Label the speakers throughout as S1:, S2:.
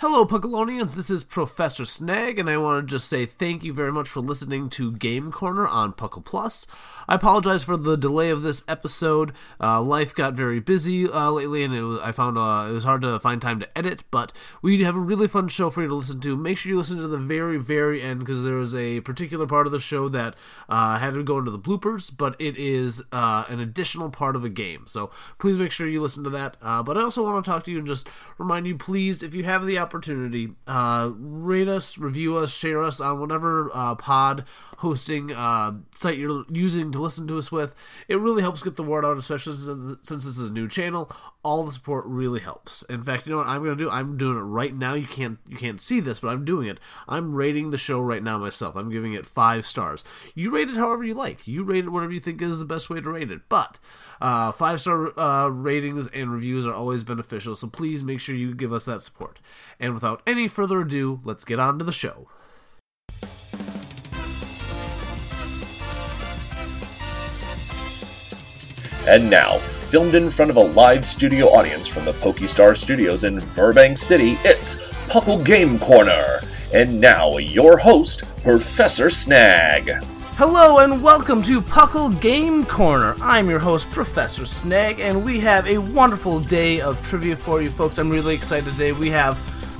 S1: Hello, Puckalonians. This is Professor Snag, and I want to just say thank you very much for listening to Game Corner on Puckle Plus. I apologize for the delay of this episode. Uh, life got very busy uh, lately, and it was, I found uh, it was hard to find time to edit. But we have a really fun show for you to listen to. Make sure you listen to the very, very end because there was a particular part of the show that uh, had to go into the bloopers, but it is uh, an additional part of a game. So please make sure you listen to that. Uh, but I also want to talk to you and just remind you, please, if you have the opportunity, uh, rate us, review us, share us on whatever uh, pod hosting uh, site you're using to listen to us with. It really helps get the word out, especially since since this is a new channel. All the support really helps. In fact, you know what I'm gonna do? I'm doing it right now. You can't you can't see this, but I'm doing it. I'm rating the show right now myself. I'm giving it five stars. You rate it however you like. You rate it whatever you think is the best way to rate it. But uh, five star uh, ratings and reviews are always beneficial. So please make sure you give us that support. And without any further ado, let's get on to the show.
S2: And now, filmed in front of a live studio audience from the Pokestar Studios in Burbank City, it's Puckle Game Corner. And now, your host, Professor Snag.
S1: Hello and welcome to Puckle Game Corner. I'm your host, Professor Snag, and we have a wonderful day of trivia for you folks. I'm really excited today. We have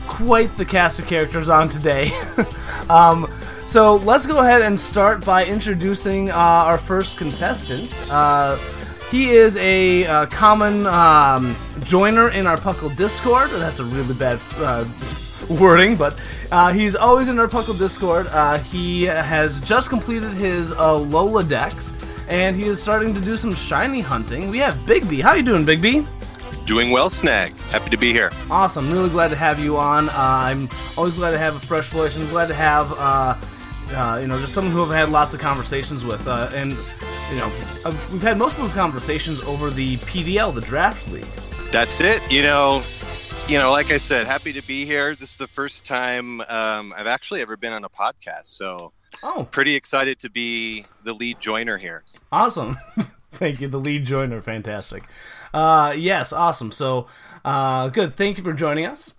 S1: quite the cast of characters on today. um, so let's go ahead and start by introducing uh, our first contestant. Uh, he is a uh, common um, joiner in our Puckle Discord. That's a really bad uh, wording, but uh, he's always in our Puckle Discord. Uh, he has just completed his uh, Lola decks, and he is starting to do some shiny hunting. We have Bigby. How you doing, Bigby?
S3: Doing well, Snag. Happy to be here.
S1: Awesome. Really glad to have you on. Uh, I'm always glad to have a fresh voice. I'm glad to have, uh, uh, you know, just someone who I've had lots of conversations with. Uh, and, you know, uh, we've had most of those conversations over the PDL, the draft league.
S3: That's it. You know, you know, like I said, happy to be here. This is the first time um, I've actually ever been on a podcast, so
S1: Oh,
S3: pretty excited to be the lead joiner here.
S1: Awesome. Thank you. The lead joiner. Fantastic. Uh, yes, awesome. So, uh, good. Thank you for joining us.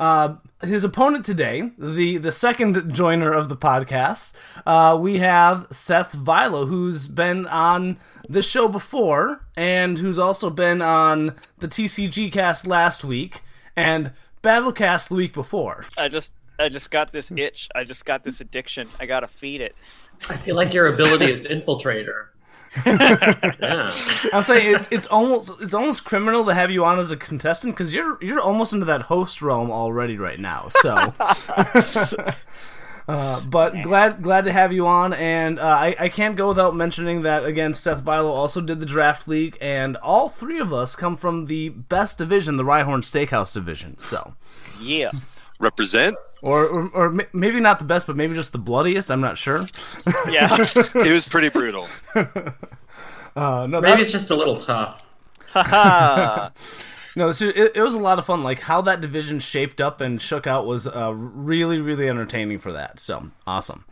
S1: Uh, his opponent today, the, the second joiner of the podcast, uh, we have Seth Vilo, who's been on this show before and who's also been on the TCG cast last week and Battlecast the week before.
S4: I just I just got this
S1: Hmm.
S4: itch. I just got this addiction. I gotta feed it.
S5: I feel like your ability is infiltrator. yeah.
S1: I'll say it's it's almost it's almost criminal to have you on as a contestant because you're you're almost into that host realm already right now. So, uh, but glad glad to have you on, and uh, I I can't go without mentioning that again. Seth Vilo also did the draft league, and all three of us come from the best division, the Rhyhorn Steakhouse division. So,
S4: Yeah.
S3: Represent.
S1: or or, or ma- maybe not the best, but maybe just the bloodiest. I'm not sure.
S4: Yeah.
S3: It was pretty brutal.
S1: Uh, no, that-
S5: Maybe it's just a little tough.
S4: Haha.
S1: No, so it, it was a lot of fun. Like how that division shaped up and shook out was uh, really, really entertaining for that. So awesome.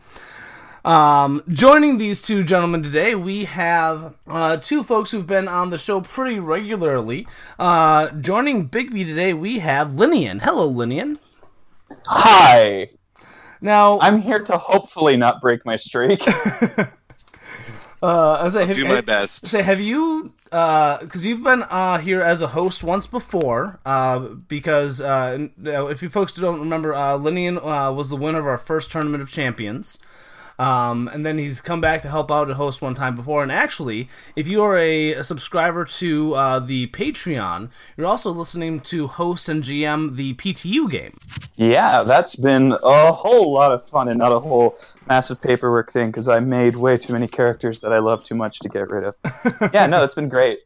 S1: Um, joining these two gentlemen today, we have uh, two folks who've been on the show pretty regularly. Uh, joining Bigby today, we have Linian. Hello, Linian.
S6: Hi.
S1: Now,
S2: I'm here to hopefully not break my streak.
S1: uh, I was say, have,
S3: Do my
S1: have-
S3: best.
S1: Say, have you? Because you've been uh, here as a host once before. Uh, because uh, n- now, if you folks don't remember, uh, Linian uh, was the winner of our first tournament of champions. Um, and then he's come back to help out at host one time before. And actually, if you are a, a subscriber to uh, the Patreon, you're also listening to host and GM the PTU game.
S2: yeah, that's been oh. a whole lot of fun and not a whole massive paperwork thing because I made way too many characters that I love too much to get rid of. yeah, no, it's been great.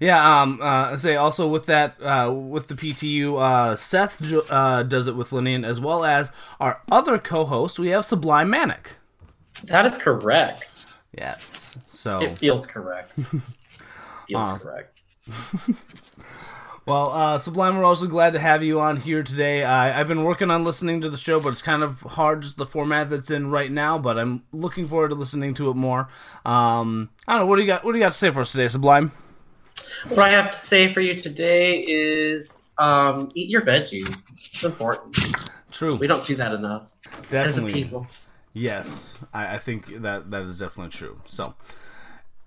S1: Yeah. Um. Uh. I Say also with that. Uh. With the PTU. Uh. Seth jo- uh, does it with Linian as well as our other co-host. We have Sublime Manic.
S4: That is correct.
S1: Yes.
S2: Oh.
S1: So
S4: It feels correct. Feels correct.
S1: well, uh, Sublime, we're also glad to have you on here today. I, I've been working on listening to the show, but it's kind of hard just the format that's in right now. But I'm looking forward to listening to it more. Um. I don't know. What do you got? What do you got to say for us today, Sublime?
S4: What I have to say for you today is um, eat your veggies. It's important.
S1: True.
S4: We don't do that enough as a
S1: Definitely.
S4: people.
S1: Yes, I, I think that that is definitely true. So,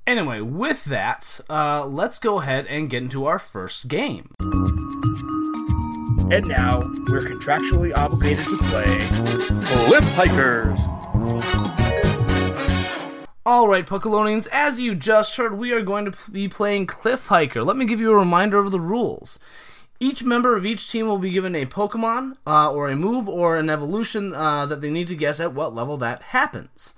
S1: anyway, with that, uh, let's go ahead and get into our first game.
S7: And now we're contractually obligated to play Clip Hikers.
S1: All right, Puckalonians, as you just heard, we are going to p- be playing Cliff Hiker. Let me give you a reminder of the rules. Each member of each team will be given a Pokemon, uh, or a move, or an evolution uh, that they need to guess at what level that happens.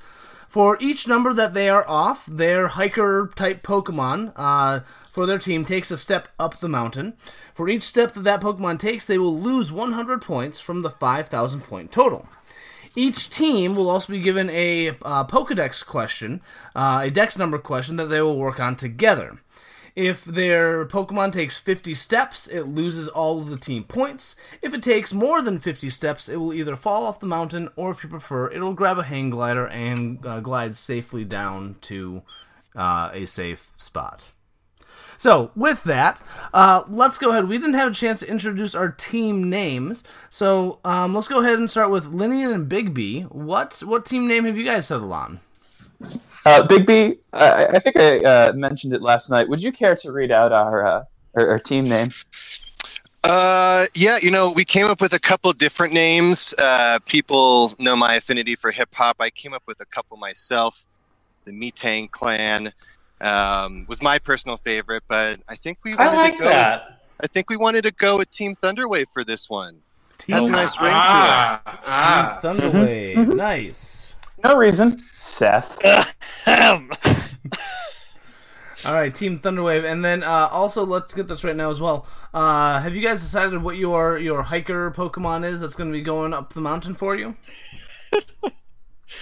S1: For each number that they are off, their hiker type Pokemon uh, for their team takes a step up the mountain. For each step that that Pokemon takes, they will lose 100 points from the 5,000 point total. Each team will also be given a uh, Pokedex question, uh, a Dex number question that they will work on together. If their Pokemon takes 50 steps, it loses all of the team points. If it takes more than 50 steps, it will either fall off the mountain or, if you prefer, it'll grab a hang glider and uh, glide safely down to uh, a safe spot. So, with that, uh, let's go ahead. We didn't have a chance to introduce our team names, so um, let's go ahead and start with Linian and Big B. What what team name have you guys settled on?
S2: Uh, Big B, I, I think I uh, mentioned it last night. Would you care to read out our uh, our, our team name?
S3: Uh, yeah, you know, we came up with a couple different names. Uh, people know my affinity for hip hop. I came up with a couple myself. The Metang Clan um, was my personal favorite, but I think we wanted
S4: I like
S3: to go. With,
S4: that.
S3: I think we wanted to go with Team Thunderwave for this one.
S1: Team,
S3: Has a nice ring to
S4: Ah, ah.
S1: Team Thunderwave. Nice.
S2: No reason, Seth.
S3: Ah.
S1: All right, Team Thunderwave, and then uh, also let's get this right now as well. Uh, have you guys decided what your your hiker Pokemon is that's going to be going up the mountain for you?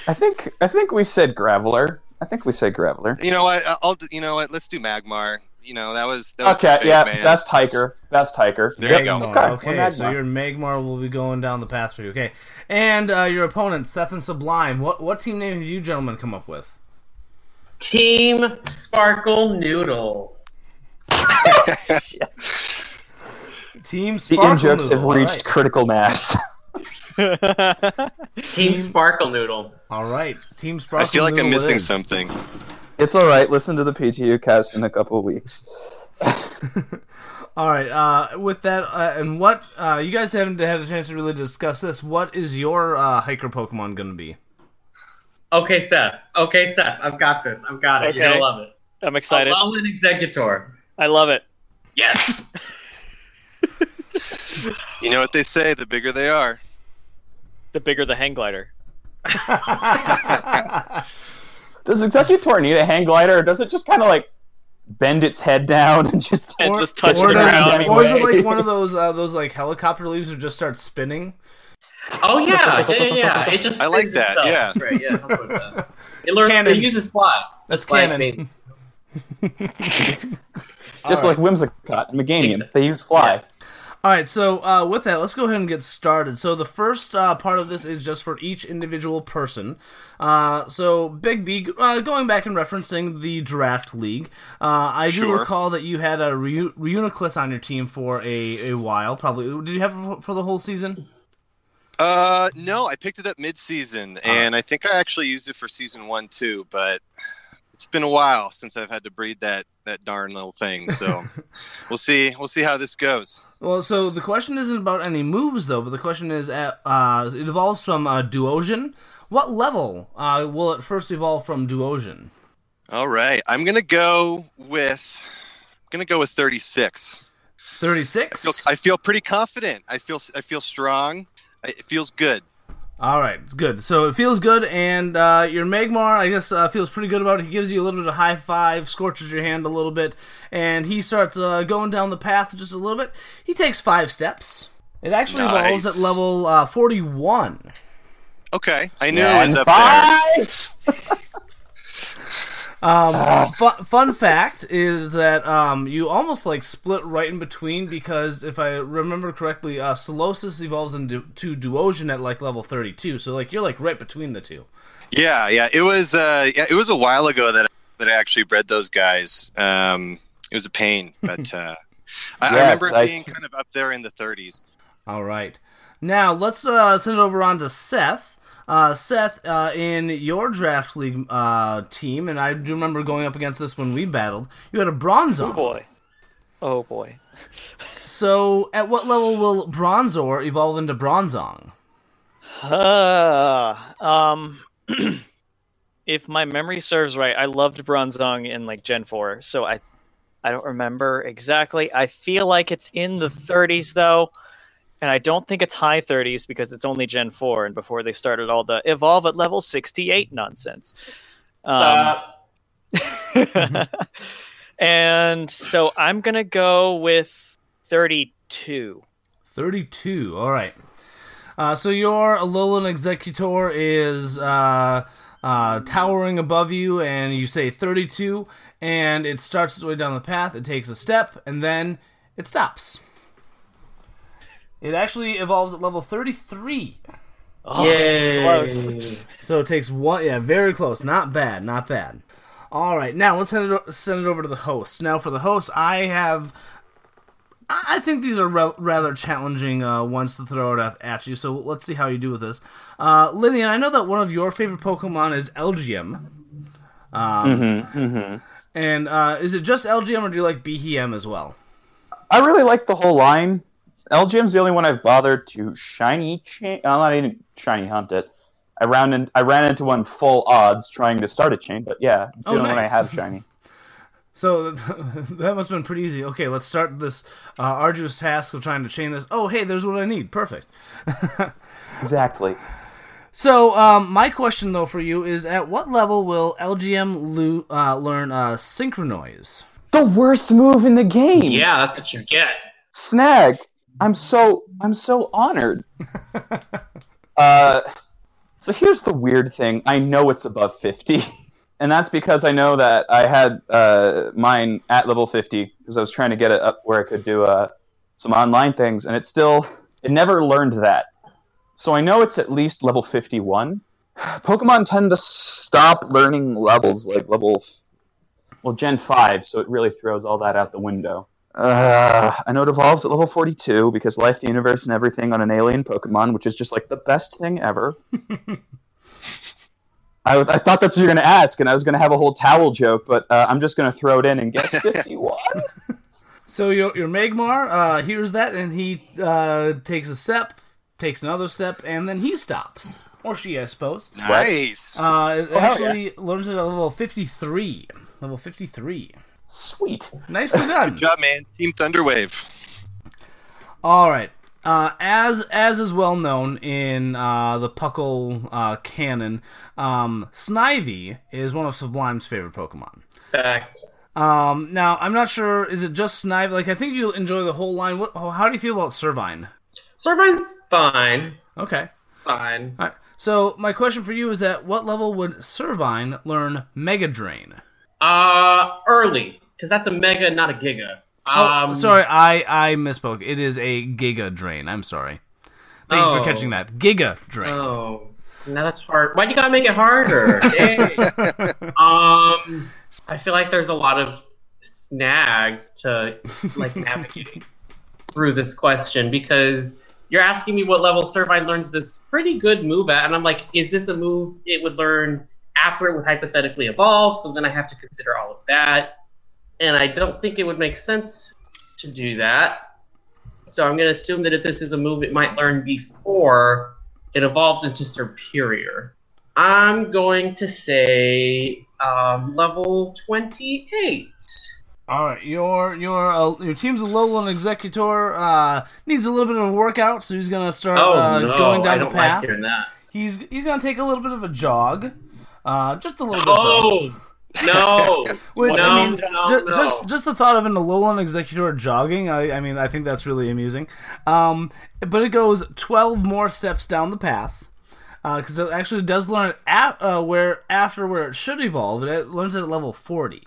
S2: I think I think we said Graveler. I think we said Graveler.
S3: it. You know what? I- I'll. do- You know what? Let's do Magmar. You know that was that was my
S2: Okay,
S3: fave,
S2: yeah,
S3: man.
S2: best hiker, best hiker.
S3: There you go.
S1: Magmar.
S2: Okay,
S1: Okay,
S2: we're
S1: so
S2: Magmar.
S1: your Magmar will be going down the path for you. Okay, and uh, your opponents, Seth and Sublime. What what team name have you gentlemen come up with?
S4: Team Sparkle Noodle.
S1: Team
S2: The
S1: Sparkle
S2: in jokes have
S1: Noodle.
S2: reached critical mass.
S4: Team Sparkle Noodle.
S1: All right. All right, Team Sparkle.
S3: I feel like I'm
S1: Noodle it
S3: missing
S1: is.
S3: something.
S2: it's all right. Listen to the PTU cast in a couple weeks.
S1: All right. Uh, with that, uh, and what uh, you guys haven't had a chance to really discuss this. What is your uh, hiker Pokemon going to be?
S4: Okay, Seth. Okay, Seth. I've got this. I've got it. You're
S8: Okay.
S4: gonna love it.
S8: I'm excited.
S4: I'll an executor.
S8: I love it.
S4: Yes.
S3: You know what they say: the bigger they are.
S8: The bigger the hang glider.
S2: Does Executor need a hang glider, or does it just kind of like bend its head down and just?
S8: And
S1: Or-
S8: just touch
S1: or
S8: the
S1: does-
S8: ground.
S1: Or is it
S2: anyway.
S1: like one of those uh, those like helicopter leaves who just start spinning?
S4: Oh yeah, yeah, yeah, yeah. It just.
S3: I like
S4: spins
S3: that,
S4: itself.
S3: yeah.
S4: That's Right. Yeah. that's what it does. It learns.
S1: Cannon.
S4: It uses fly.
S1: That's
S4: Fly
S1: canon.
S4: thing.
S2: Just like Whimsicott and Meganium, they use fly.
S1: All right, so uh, with that, let's go ahead and get started. So the first uh, part of this is just for each individual person. Uh, so Big B, uh, going back and referencing the draft league, uh, I do
S3: Sure.
S1: recall that you had a Reu- Reuniclus on your team for a, a while. Probably did you have it for, for the whole season?
S3: Uh, no, I picked it up mid-season,
S2: Uh-huh.
S3: and I think I actually used it for season one too. But it's been a while since I've had to breed that that darn little thing. So we'll see. We'll see how this goes.
S1: Well, so the question isn't about any moves though, but the question is, uh, uh, it evolves from uh, Duosian. What level uh, will it first evolve from Duosian?
S3: All right, I'm gonna go with. I'm gonna go with 36.
S1: 36.
S3: I feel, I feel pretty confident. I feel I feel strong. I- It feels good.
S1: All right, good. So it feels good, and uh, your Magmar, I guess, uh, feels pretty good about it. He gives you a little bit of high five, scorches your hand a little bit, and he starts uh, going down the path just a little bit. He takes five steps. It actually evolves
S3: Nice.
S1: at level uh, 41.
S3: Okay, I knew it was
S1: And
S3: up
S8: Ah!
S3: there.
S1: Um, fun, fun fact is that um, you almost like split right in between because if I remember correctly, uh, Solosis evolves into to Duosian at like level 32. So like you're like right between the two.
S3: Yeah, yeah. It was uh, yeah, it was a while ago that that I actually bred those guys. Um, it was a pain, but uh, I, I
S1: Yes,
S3: remember
S1: I-
S3: it being kind of up there in the 30s.
S1: All right. Now let's uh, send it over on to Seth. Uh, Seth, uh, in your draft league uh, team, and I do remember going up against this when we battled. You had a Bronzor.
S8: Oh boy. Oh boy.
S1: So, at what level will Bronzor evolve into Bronzong?
S8: Uh, um, if my memory serves right, I loved Bronzong in like Gen Four, so I, I don't remember exactly. I feel like it's in the 30s though, and I don't think it's high 30s because it's only Gen Four, and before they started all the evolve at level 68 nonsense. Um,
S4: Stop.
S8: and so I'm gonna go with 32.
S1: 32. All right. Uh, so your Alolan Executor is uh, uh, towering above you, and you say 32, and it starts its way down the path. It takes a step, and then it stops. It actually evolves at level 33.
S8: Oh, Yay. close.
S1: So it takes one. Yeah, very close. Not bad. Not bad. All right. Now let's send it, o- send it over to the host. Now for the host, I have I I think these are re- rather challenging uh, ones to throw out at- at you, so let's see how you do with this. Uh, Lillian, I know that one of your favorite Pokemon is Elgium. Um,
S2: mm-hmm, mm-hmm.
S1: And uh, is it just Elgium, or do you like Behem as well?
S2: I really like the whole line. LGM's the only one I've bothered to shiny. Cha- I'm not even shiny hunt it. I ran in, I ran into one full odds trying to start a chain, but yeah, it's the
S1: Oh,
S2: only one I
S1: nice.
S2: have shiny.
S1: So that must have been pretty easy. Okay, let's start this uh, arduous task of trying to chain this. Oh, hey, there's what I need. Perfect.
S2: exactly.
S1: So, um, my question though for you is: At what level will LGM lo- uh, learn uh, synchronoise?
S2: The worst move in the game.
S4: that's what you get.
S2: Snag. I'm so I'm so honored. uh, so here's the weird thing. I know it's above 50, and that's because I know that I had uh, mine at level 50 because I was trying to get it up where I could do uh, some online things, and it still it never learned that. So I know it's at least level 51. Pokemon tend to stop learning levels like level well Gen 5, so it really throws all that out the window. Uh, I know it evolves at level 42 because life, the universe, and everything on an alien Pokemon, which is just like the best thing ever. I, I thought that's what you're going to ask, and I was going to have a whole towel joke, but uh, I'm just going to throw it in and guess 51.
S1: So your your Magmar uh, hears that and he uh, takes a step, takes another step, and then he stops, or she, I suppose.
S3: Nice.
S1: Uh, it
S2: Oh, hell
S1: actually learns it at level fifty three. Level fifty three.
S2: Sweet.
S1: Nicely done.
S3: Good job, man. Team Thunderwave.
S1: All right. Uh, as as is well known in uh, the Puckle uh, canon, um, Snivy is one of Sublime's favorite Pokemon.
S4: Fact.
S1: Um, now I'm not sure. Is it just Snivy? Like I think you enjoy the whole line. What? How do you feel about Servine?
S4: Servine's fine.
S1: Okay.
S4: Fine.
S1: All right. So my question for you is: At what level would Servine learn Mega Drain?
S4: Uh, early, because that's a mega, not a giga. Um,
S1: oh, sorry, I I misspoke. It is a Giga Drain. I'm sorry. Thank you
S4: Oh.
S1: for catching that. Giga Drain.
S4: Oh, now that's hard. Why do you gotta make it harder? Dang. um, I feel like there's a lot of snags to like navigating through this question because you're asking me what level Servine learns this pretty good move at, and I'm like, is this a move it would learn after it would hypothetically evolve? So then I have to consider all of that, and I don't think it would make sense to do that. So I'm going to assume that if this is a move it might learn before it evolves into Superior. I'm going to say um, level
S1: Uh,
S4: 28.
S1: All right, your your uh, your team's Alolan Executor uh, needs a little bit of a workout, so he's gonna start
S4: Oh,
S1: uh,
S4: no,
S1: going down
S4: I
S1: the
S4: don't like
S1: path.
S4: hearing that.
S1: He's he's gonna take a little bit of a jog, uh, just a little bit.
S4: Oh, no.
S1: Which
S4: no,
S1: I mean,
S4: no,
S1: ju-
S4: no.
S1: just just the thought of an Alolan Executor jogging, I, I mean, I think that's really amusing. Um, but it goes twelve more steps down the path because it actually does learn at uh, where after where it should evolve. It learns it at level forty.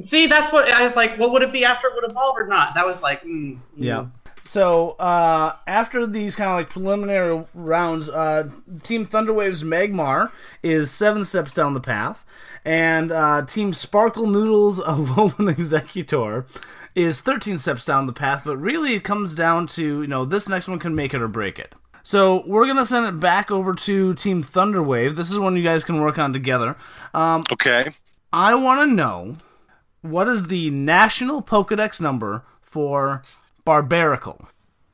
S4: See, that's what I was like. What would it be after it would evolve or not? That was like, mm, mm.
S1: Yeah. So uh, after these kind of like preliminary rounds, uh, Team Thunderwave's Magmar is seven steps down the path, and uh, Team Sparkle Noodles Alolan Executor is thirteen steps down the path. But really, it comes down to you know this next one can make it or break it. So we're gonna send it back over to Team Thunderwave. This is one you guys can work on together. Um,
S3: okay.
S1: I want to know what is the national Pokedex number for Barbarical.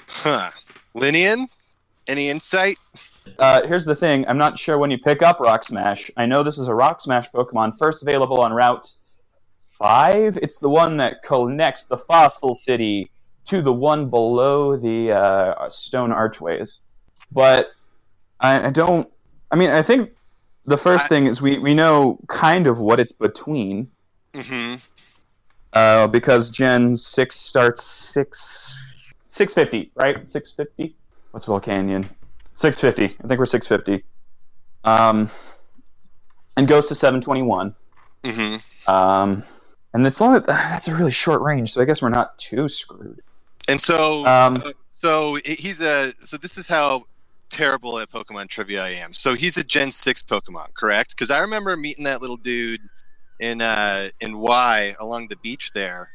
S3: Huh. Linian, any insight?
S2: Uh, here's the thing: I'm not sure when you pick up Rock Smash. I know this is a Rock Smash Pokemon, first available on Route Five. It's the one that connects the Fossil City to the one below the uh, Stone Archways. But I, I don't. I mean, I think the first thing is we we know kind of what it's between.
S3: Mm-hmm.
S2: Uh, because Gen six starts six six fifty, right? Six fifty. What's Volcanion? Six fifty. I think we're six fifty. Um, and goes to seven twenty one.
S3: Mm-hmm.
S2: Um, and it's only that's a really short range, so I guess we're not too screwed.
S3: And so,
S2: Um,
S3: uh, so i- he's a. So this is how terrible at Pokemon trivia I am. So he's a Gen Six Pokemon, correct? Because I remember meeting that little dude in uh in Y along the beach there.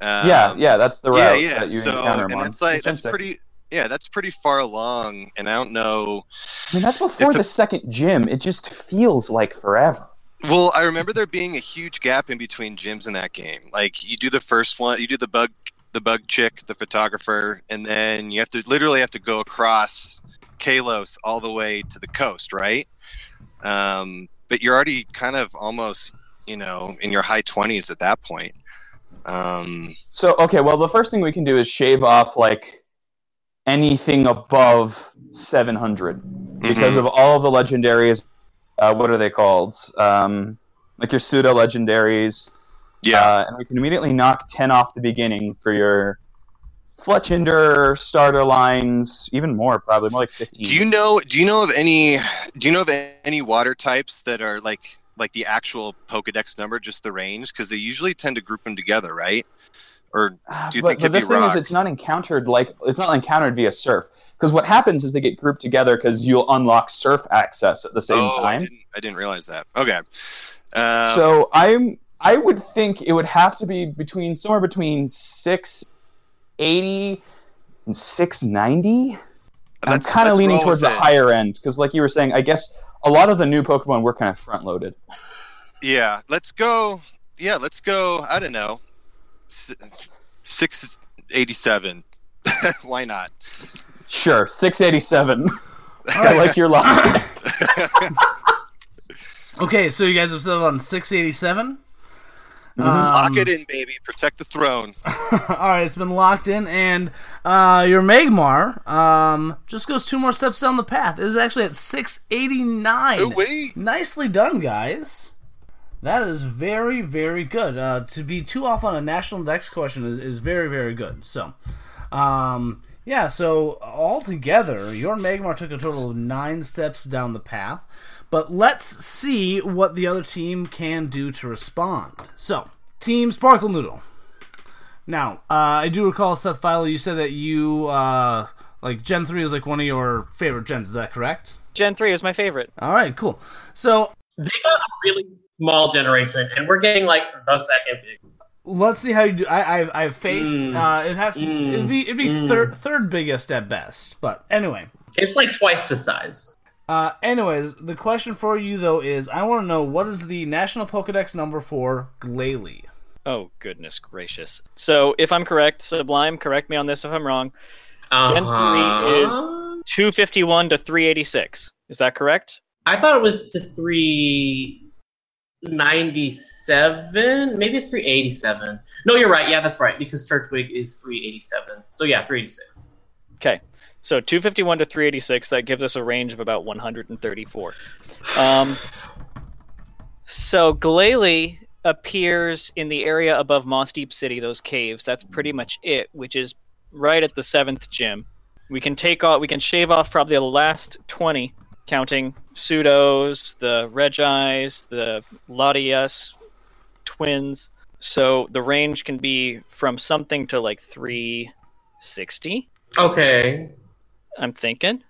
S3: Um,
S2: yeah, yeah, that's the route
S3: yeah, yeah.
S2: that you
S3: so
S2: encounter him
S3: and
S2: on.
S3: that's like
S2: It's Gen
S3: that's
S2: six.
S3: pretty. Yeah, that's pretty far along, and I don't know.
S2: I mean, that's before the second gym. It just feels like forever.
S3: Well, I remember there being a huge gap in between gyms in that game. Like you do the first one, you do the bug, the bug chick, the photographer, and then you have to literally have to go across Kalos all the way to the coast, right? Um, but you're already kind of almost, you know, in your high twenties at that point. Um,
S2: So okay, well the first thing we can do is shave off like anything above 700
S3: Hmm.
S2: because of all the legendaries. Uh, what are they called? Um, like your pseudo legendaries.
S3: Yeah.
S2: Uh, and we can immediately knock 10 off the beginning for your Fletchender starter lines, even more probably, more like 15.
S3: do you know? Do you know of any? Do you know of any water types that are like like the actual Pokedex number, just the range? Because they usually tend to group them together, right? Or do you
S2: Ah, but,
S3: think
S2: but
S3: it'd
S2: the
S3: be
S2: thing
S3: rock?
S2: is, it's not encountered like it's not encountered via surf. Because what happens is they get grouped together because you'll unlock surf access at the same
S3: oh, I
S2: time.
S3: didn't, I didn't realize that. Okay. Uh,
S2: so I'm I would think it would have to be between somewhere between six eighty and six ninety. I'm
S3: Let's-
S2: kind of
S3: let's
S2: leaning
S3: roll
S2: towards the
S3: with it.
S2: higher end because, like you were saying, I guess a lot of the new Pokemon were kind of front loaded.
S3: yeah, let's go. Yeah, let's go. I don't know. S- 687. Why not?
S2: Sure, six eighty seven. I like your logic.
S1: Okay, so you guys have settled on 687.
S3: Lock
S1: Um,
S3: it in, baby. Protect the throne.
S1: All right, it's been locked in, and uh, your Magmar um, just goes two more steps down the path. It is actually at 689.
S3: Oh,
S1: Nicely done, guys. That is very, very good. Uh, to be too off on a national dex question is, is very, very good. So, um, yeah, so altogether, your Magmar took a total of nine steps down the path. But let's see what the other team can do to respond. So, Team Sparkle Noodle. Now, uh, I do recall Seth Philo. You said that you uh, like Gen three is like one of your favorite gens. Is that correct?
S8: Gen three is my favorite.
S1: All right, cool. So
S4: they got a really small generation, and we're getting like the second big.
S1: Let's see how you do. I I, I have faith.
S4: Mm.
S1: Uh, it has
S4: Mm.
S1: it'd be it'd be
S4: Mm.
S1: third third biggest at best. But anyway,
S4: It's like twice the size.
S1: uh, anyways, the question for you though is, I want to know what is the national Pokedex number for Glalie?
S8: Oh goodness gracious! So if I'm correct, Sublime, correct me on this if I'm wrong. Gen three is
S4: Uh-huh.
S8: 251 to 386. Is that correct?
S4: I thought it was three ninety-seven. Maybe it's three eighty-seven. No, you're right. Yeah, that's right. Because Churchwig is three eighty-seven. So yeah, three eighty-six.
S8: Okay. So 251 to 386, that gives us a range of about 134. Um, so Glalie appears in the area above Moss Deep City, those caves. That's pretty much it, which is right at the seventh gym. We can take off, we can shave off probably the last 20, counting pseudos, the Regis, the Latias, twins. So the range can be from something to like 360.
S4: Okay.
S8: I'm thinking.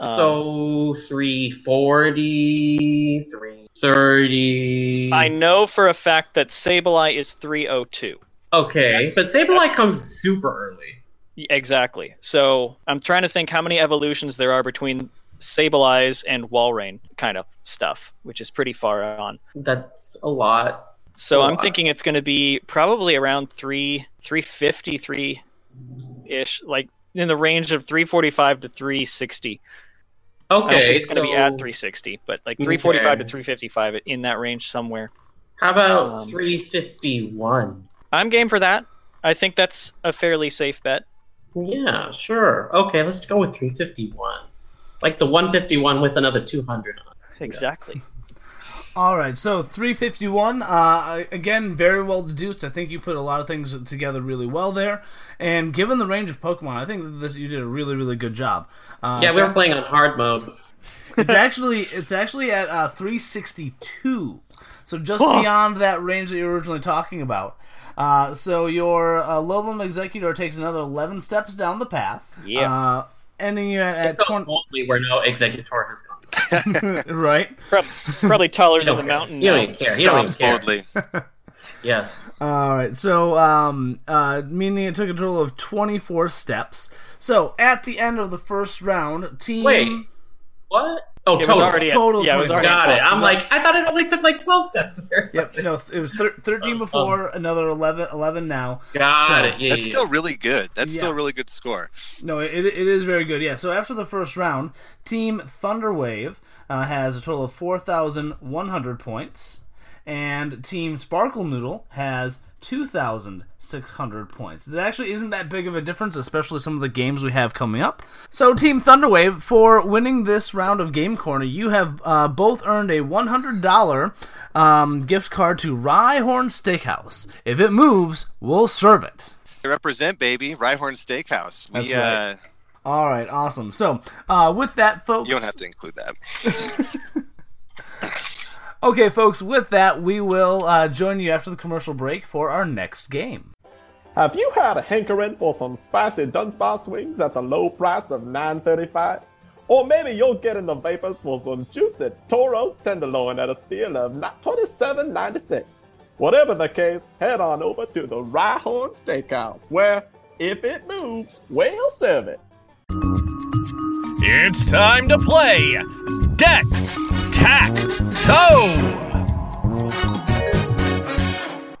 S8: Um,
S4: so three forty, three thirty.
S8: I know for a fact that Sableye is 302.
S4: Okay, but Sableye comes super early.
S8: Y- Exactly. So I'm trying to think how many evolutions there are between Sableye's and Walrein kind of stuff, which is pretty far on.
S4: That's a lot.
S8: So
S4: A
S8: I'm
S4: lot.
S8: thinking it's going to be probably around 3 353 ish, like in the range of 345 to 360. I don't think
S4: Okay,
S8: it's going to be
S4: so-
S8: at 360, but like 345 to
S4: Okay.
S8: 355 in that range somewhere.
S4: How
S8: Um,
S4: about three fifty-one?
S8: I'm game for that. I think that's a fairly safe bet.
S4: Yeah, sure. Okay, let's go with 351. Like the 151 with another 200 on. it.
S8: Exactly.
S1: All right, so 351. Uh, again, very well deduced. I think you put a lot of things together really well there. And given the range of Pokemon, I think that this, you did a really, really good job. Uh,
S4: yeah,
S1: it's
S4: we were
S1: ac-
S4: playing on hard mode.
S1: It's actually it's actually at uh, 362, so just
S4: Huh.
S1: beyond that range that you were originally talking about. Uh, so your uh, Lowland Executor takes another 11 steps down the path.
S4: Yeah.
S1: Uh, ending at, at
S4: Those only where no executor has gone.
S1: right?
S8: Probably taller
S4: than
S8: the mountain.
S4: He don't even care. He don't even
S1: Stomps
S4: care.
S1: boldly.
S4: yes.
S1: All right, so um, uh, meaning it took a total of twenty-four steps. So at the end of the first round, team
S4: Wait. What?
S1: It
S4: Oh,
S1: was
S4: total.
S1: already at- Total yeah, it was 24. already at
S4: Got it.
S1: 12.
S4: I'm like, I thought it only took like 12 steps there.
S1: Yep. No, th- it was thir- thirteen
S4: Uh,
S1: before, another 11, 11 now. So-
S3: That's still really good. That's still
S1: Yeah.
S3: a really good score.
S1: No, it, it is very good. Yeah. So after the first round, Team Thunderwave uh, has a total of four thousand one hundred points, and Team Sparkle Noodle has two thousand six hundred points. That actually isn't that big of a difference, especially some of the games we have coming up. So Team Thunderwave, for winning this round of Game Corner, you have uh, both earned a one hundred dollar um, gift card to Rhyhorn Steakhouse. If it moves, we'll serve it.
S3: They represent, baby, Rhyhorn Steakhouse. We,
S1: That's right.
S3: uh,
S1: All right, awesome. So, uh, with that, folks.
S3: You don't have to include that.
S1: Okay, folks, with that, we will uh, join you after the commercial break for our next game.
S9: Have you had a hankering for some spicy Dunsbar swings at the low price of $9.35? Or maybe you're getting the vapors for some juicy Toro's tenderloin at a steal of $27.96. Whatever the case, head on over to the Rhyhorn Steakhouse, where, if it moves, we'll serve it.
S10: It's time to play Dex Tac Toe!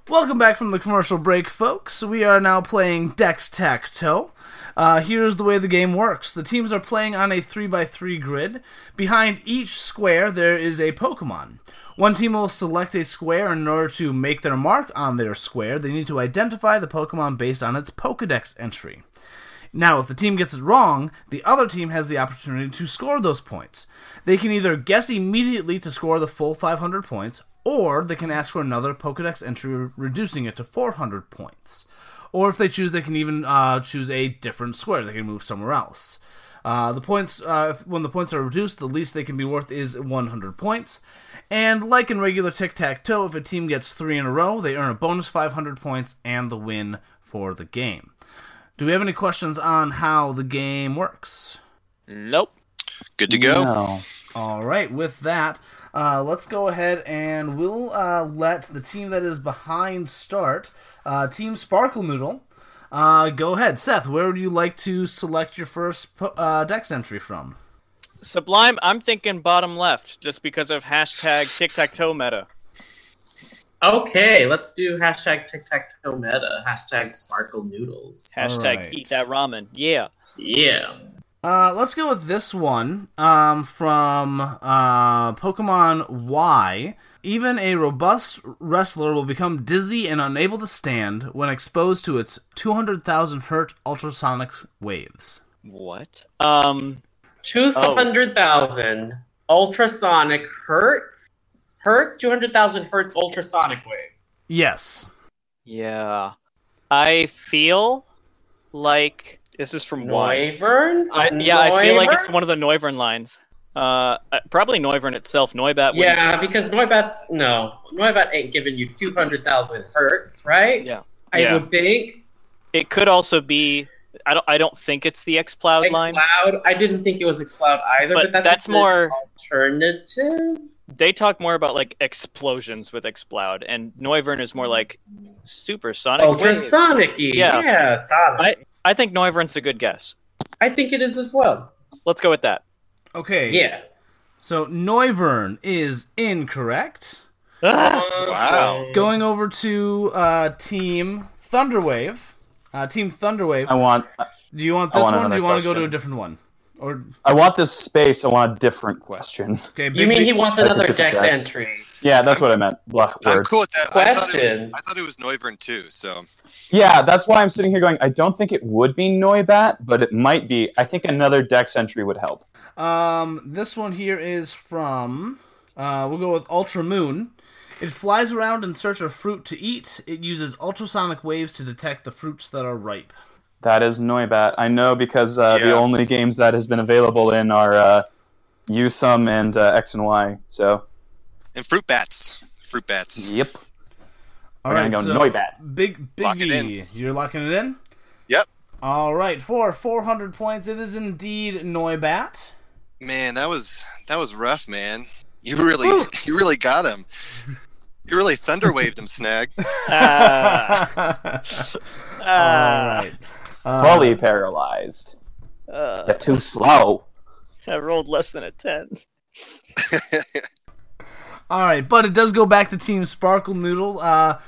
S1: Welcome back from the commercial break, folks. We are now playing Dex Tac Toe. Uh, here's the way the game works the teams are playing on a 3x3 grid. Behind each square, there is a Pokemon. One team will select a square, and in order to make their mark on their square, they need to identify the Pokemon based on its Pokedex entry. Now, if the team gets it wrong, the other team has the opportunity to score those points. They can either guess immediately to score the full 500 points, or they can ask for another Pokedex entry, reducing it to 400 points. Or if they choose, they can even uh, choose a different square. They can move somewhere else. Uh, the points, uh, if- when the points are reduced, the least they can be worth is 100 points. And like in regular tic tac toe, if a team gets three in a row, they earn a bonus 500 points and the win for the game. Do we have any questions on how the game works?
S8: Nope.
S3: Good to go.
S1: All right, with that, Uh, let's go ahead and we'll uh, let the team that is behind start. Uh, team Sparkle Noodle. Uh, go ahead, Seth. Where would you like to select your first po- uh, Dex entry from?
S8: Sublime, I'm thinking bottom left, just because of hashtag tic tac toe meta.
S4: Okay, let's do hashtag tic tac toe meta, hashtag sparkle noodles,
S8: Hashtag eat that ramen. Yeah.
S4: Yeah.
S1: Uh, let's go with this one um, from uh, Pokemon Y. Even a robust wrestler will become dizzy and unable to stand when exposed to its 200,000 hertz ultrasonic waves.
S8: What? Um,
S4: two hundred thousand ultrasonic hertz, hertz, two hundred thousand hertz ultrasonic waves.
S1: Yes.
S8: Yeah. I feel like this is from Y.
S4: Noivern?
S8: I, yeah, I feel like
S4: Noivern?
S8: it's one of the Noivern lines. Uh, uh, probably Noivern itself. Noibat. wouldn't-
S4: Yeah, because Noibat's no, Noibat ain't giving you two hundred thousand hertz, right?
S8: Yeah.
S4: I
S8: Yeah.
S4: would think.
S8: It could also be. I don't. I don't think it's the Xcloud line.
S4: Xcloud. I didn't think it was Xcloud either, but,
S8: But that's
S4: an
S8: more-
S4: alternative.
S8: They talk more about like explosions with Xcloud, and Noivern is more like supersonic.
S4: Ultrasonic.
S8: Yeah.
S4: yeah, sonic.
S8: I I think Noivern's a good guess.
S4: I think it is as well.
S8: Let's go with that.
S1: Okay.
S4: Yeah.
S1: So Noivern is incorrect.
S8: Ah!
S3: wow.
S1: Going over to uh, Team Thunderwave. Uh, team Thunderwave.
S2: I want
S1: do you want
S2: I
S1: this
S2: want
S1: one? Or do
S2: another
S1: you want to go to a
S2: question.
S1: different one? Or
S2: I want this space. I want a different question.
S1: okay,
S4: You mean he wants
S2: Like a
S4: another
S2: different
S4: Dex
S2: Dex.
S4: entry?
S2: Yeah, that's what I meant. Blah,
S3: I'm
S2: words.
S3: cool with that. I thought, it was,
S4: Question.
S3: I thought it was Noivern too, so
S2: Yeah, that's why I'm sitting here going. I don't think it would be Noibat, but it might be. I think another Dex entry would help.
S1: Um, this one here is from. Uh, we'll go with Ultra Moon. It flies around in search of fruit to eat. It uses ultrasonic waves to detect the fruits that are ripe.
S2: That is Noibat. I know because uh,
S3: Yeah.
S2: the only games that has been available in are uh, USUM and uh, X and Y. So
S3: and fruit bats, fruit bats.
S2: yep,
S1: All
S2: We're
S1: right,
S2: gonna go
S1: so
S2: Noibat.
S1: Big
S3: Lock it in.
S1: Biggie, you're locking it in.
S3: Yep.
S1: All right, for 400 points, it is indeed Noibat.
S2: Mm-hmm.
S3: Man, that was that was rough, man. You really you really got him. You really thunder waved him, Snag.
S8: Ah,
S1: All right.
S2: fully paralyzed.
S8: uh,
S2: You're too slow.
S8: I rolled less than a ten.
S1: All right, but it does go back to Team Sparkle Noodle. Uh,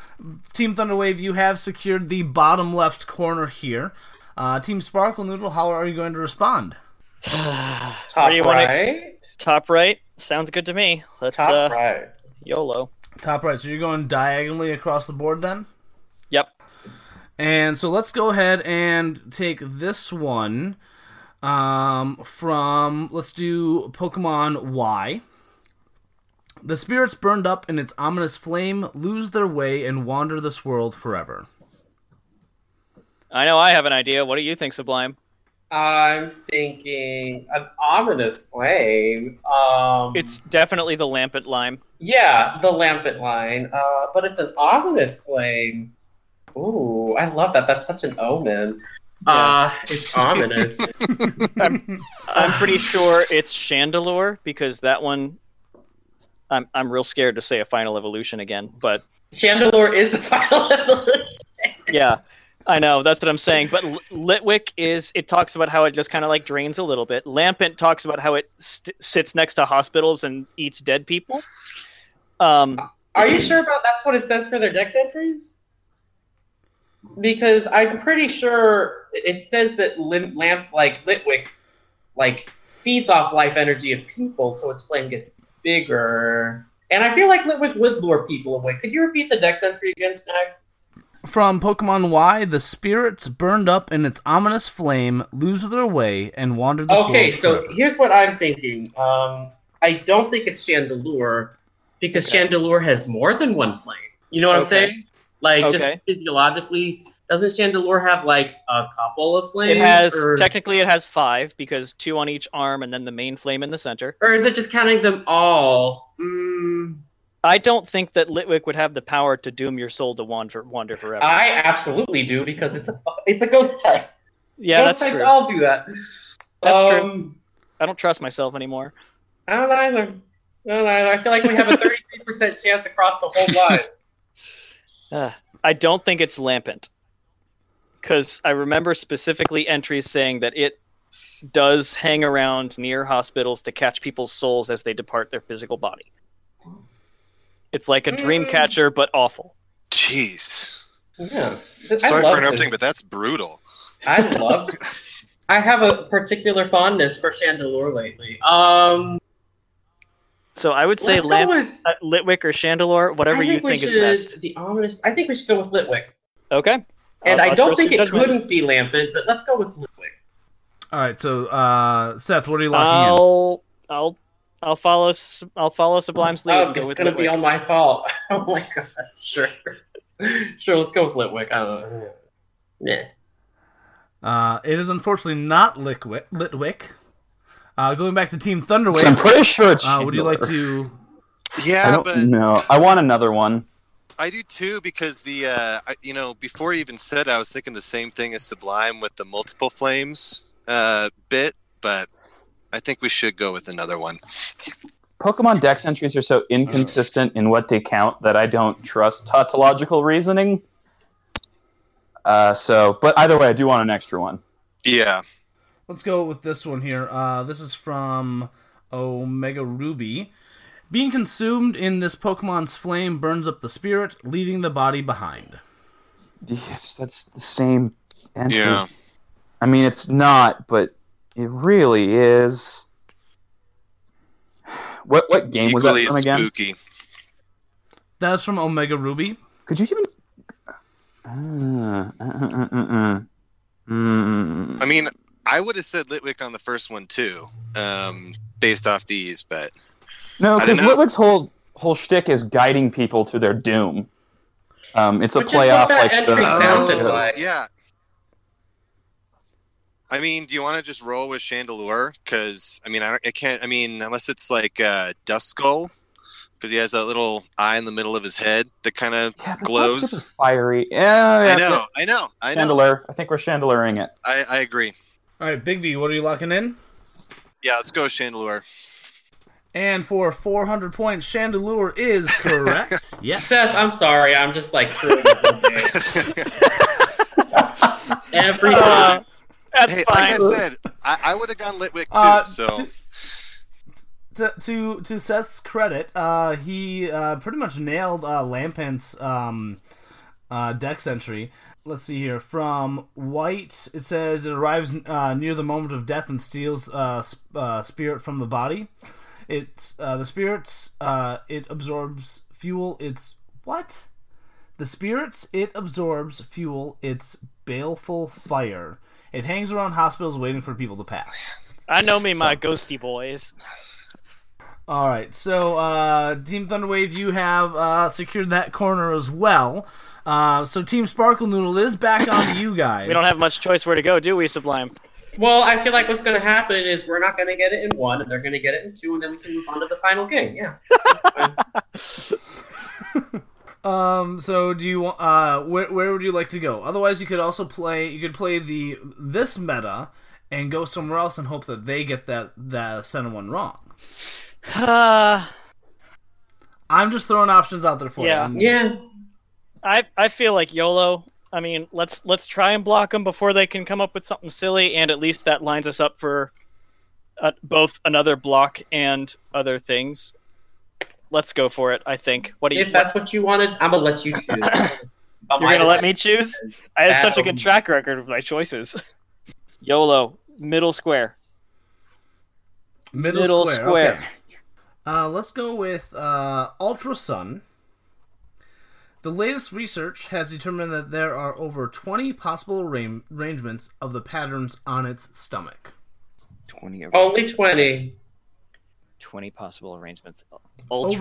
S1: Team Thunderwave, you have secured the bottom left corner here. Uh, Team Sparkle Noodle, how are you going to respond?
S4: Top
S8: do you wanna-
S4: right.
S8: Top right sounds good to me. Let's
S4: Top
S8: uh,
S4: right.
S8: YOLO.
S1: Top right, so you're going diagonally across the board then?
S8: Yep.
S1: And so let's go ahead and take this one um, from, let's do Pokemon Y. The spirits burned up in its ominous flame lose their way and wander this world forever.
S8: I know I have an idea. What do you think, Sublime?
S4: I'm thinking an ominous flame. Um,
S8: It's definitely the Lampet Lime.
S4: yeah, the lampet line, uh, but it's an ominous flame. Ooh, I love that. That's such an omen. Uh, it's ominous.
S8: I'm pretty sure it's Chandelure because that one. I'm I'm real scared to say a final evolution again, but
S4: Chandelure is a final evolution.
S8: yeah, I know that's what I'm saying. But L- Litwick is it talks about how it just kind of like drains a little bit. Lampent talks about how it st- sits next to hospitals and eats dead people. Um,
S4: Are you sure about that's what it says for their dex entries? Because I'm pretty sure it says that lim- lamp like Litwick like feeds off life energy of people, so its flame gets bigger. And I feel like Litwick would lure people away. Could you repeat the dex entry again, Snag?
S1: From Pokemon Y, the spirits burned up in its ominous flame lose their way and wander this
S4: Okay,
S1: world
S4: so
S1: forever.
S4: here's what I'm thinking. Um, I don't think it's Chandelure because Chandelure has more than one flame. You know what I'm
S8: Okay.
S4: saying? Like just
S8: Okay.
S4: physiologically, doesn't Chandelure have like a couple of flames?
S8: it has
S4: or,
S8: technically it has five because two on each arm and then the main flame in the center.
S4: or is it just counting them all? Mm,
S8: I don't think that Litwick would have the power to doom your soul to wander wander forever.
S4: I absolutely do because it's a it's a ghost type.
S8: yeah,
S4: ghost
S8: that's
S4: types
S8: true.
S4: all do that.
S8: That's true.
S4: um,
S8: I don't trust myself anymore.
S4: I don't either. No, no, I feel like we have a 33% chance across the whole line.
S8: Uh, I don't think it's lampant. Because I remember specifically entries saying that it does hang around near hospitals to catch people's souls as they depart their physical body. It's like a dream
S3: Mm.
S8: catcher, but awful.
S3: Jeez.
S4: Yeah.
S3: Sorry
S4: love
S3: for interrupting,
S4: this.
S3: but that's brutal.
S4: I love. I have a particular fondness for Chandelure lately. Um,
S8: so I would say
S4: let's go
S8: Lamp,
S4: with-
S8: uh, Litwick or Chandelure, whatever
S4: I
S8: you
S4: think we
S8: think
S4: should,
S8: is best.
S4: The ominous. I think we should go with Litwick,
S8: Okay. I'll-
S4: and I
S8: I'll
S4: don't
S8: trust
S4: think it
S8: your judgment.
S4: couldn't be Lampin, but let's go with Litwick.
S1: All right, so uh, Seth, what are you locking in?
S8: I'll, I'll, I'll follow. S- I'll follow Sublime's lead.
S4: Oh,
S8: and go
S4: it's
S8: with
S4: gonna be
S8: Litwick.
S4: all my fault. Oh my god! Sure, sure. Let's go with Litwick. I don't know. Yeah.
S1: Uh, it is unfortunately not Litwick. Litwick. Uh, going back to Team Thunderwave.
S2: So I'm pretty sure it's
S1: Uh, would you like
S2: Chandler.
S1: to?
S2: I
S3: Yeah,
S2: don't
S3: but
S2: know. I want another one.
S3: I do too because the uh, I, you know before you even said I was thinking the same thing as Sublime with the multiple flames uh, bit, but I think we should go with another one.
S2: Pokemon Dex entries are so inconsistent in what they count that I don't trust tautological reasoning. Uh, so, but either way, I do want an extra one.
S3: Yeah.
S1: Let's go with this one here. Uh, this is from Omega Ruby. Being consumed in this Pokemon's flame burns up the spirit, leaving the body behind.
S2: Yes, that's the same entry.
S1: Yeah.
S2: I mean, it's not, but it really is. What what game was that
S3: Equally
S2: from
S3: as
S2: again?
S3: spooky.
S1: That is from Omega Ruby.
S2: Could you even? Uh, uh, uh, uh, uh. Mm.
S3: I mean, I would have said Litwick on the first one too, um, based off these, but
S2: No,
S3: I don't
S2: because
S3: know.
S2: Litwick's whole whole shtick is guiding people to their doom. Um, it's a
S3: Which is what
S2: playoff
S3: that
S2: like the.
S3: entry sounded
S2: uh,
S3: like. Oh, Yeah. I mean, do you want to just roll with Chandelure? Because I mean, I, don't- I can't. I mean, unless it's like uh, Dust Skull, because he has that little eye in the middle of his head that kind of
S2: it's not
S3: glows.
S2: super fiery. Yeah, yeah,
S3: I know,
S2: yeah.
S3: I know, I know.
S2: Chandelure. I think we're chandeleuring it.
S3: I, I agree.
S1: All right, Bigby, what are you locking in?
S3: Yeah, let's go with Chandelure.
S1: And for 400 points, Chandelure is correct. yes.
S4: Seth, I'm sorry. I'm just like screwing the whole game. Every time.
S8: Uh, that's
S3: hey,
S1: fine.
S3: like I said, I, I would have gone Litwick too.
S1: Uh,
S3: so
S1: to- to to, to Seth's credit, uh, he uh, pretty much nailed uh, Lampant's um, uh, dex entry. Let's see here. From White, it says it arrives uh, near the moment of death and steals uh, sp- uh, spirit from the body. It's uh, the spirits. Uh, it absorbs fuel. It's what? The spirits it absorbs fuel. It's baleful fire. It hangs around hospitals waiting for people to pass.
S8: I know me, my ghosty boys.
S1: All right, so uh, Team Thunderwave, you have uh, secured that corner as well. Uh, so Team Sparkle Noodle is back on to you guys.
S8: We don't have much choice where to go, do we, Sublime?
S4: Well, I feel like what's going to happen is we're not going to get it in one, and they're going to get it in two, and then we can move on to the final game. Yeah.
S1: Um, so do you? wa- Uh, where where would you like to go? Otherwise, you could also play. You could play the this meta and go somewhere else and hope that they get that that center one wrong.
S8: Uh,
S1: I'm just throwing options out there for
S8: yeah.
S1: you.
S8: I I feel like YOLO. I mean, let's let's try and block them before they can come up with something silly, and at least that lines us up for uh, both another block and other things. Let's go for it. I think. What do you?
S4: If that's what you wanted, I'm going to let you choose.
S8: you're gonna let me choose? I have such a good
S4: Adam.
S8: track record of my choices. YOLO, middle square.
S1: Middle,
S8: Middle
S1: square.
S8: square.
S1: okay. Uh, let's go with uh, Ultra Sun. The latest research has determined that there are over 20 possible arra- arrangements of the patterns on its stomach.
S8: 20
S4: Only 20.
S8: 20 possible arrangements.
S1: Over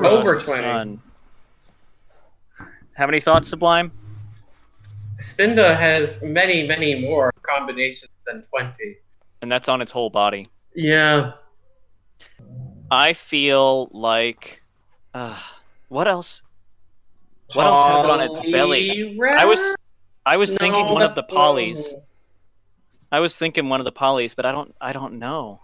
S8: Ultra
S4: Over 20.
S8: sun. How many thoughts, Sublime?
S4: Spinda has many, many more combinations than 20.
S8: And that's on its whole body.
S4: Yeah.
S8: I feel like. Uh, what else? What else has it on its belly? I was, I was
S4: No,
S8: thinking one of the
S4: that's
S8: polys.
S4: normal.
S8: I was thinking one of the polys, but I don't, I don't know.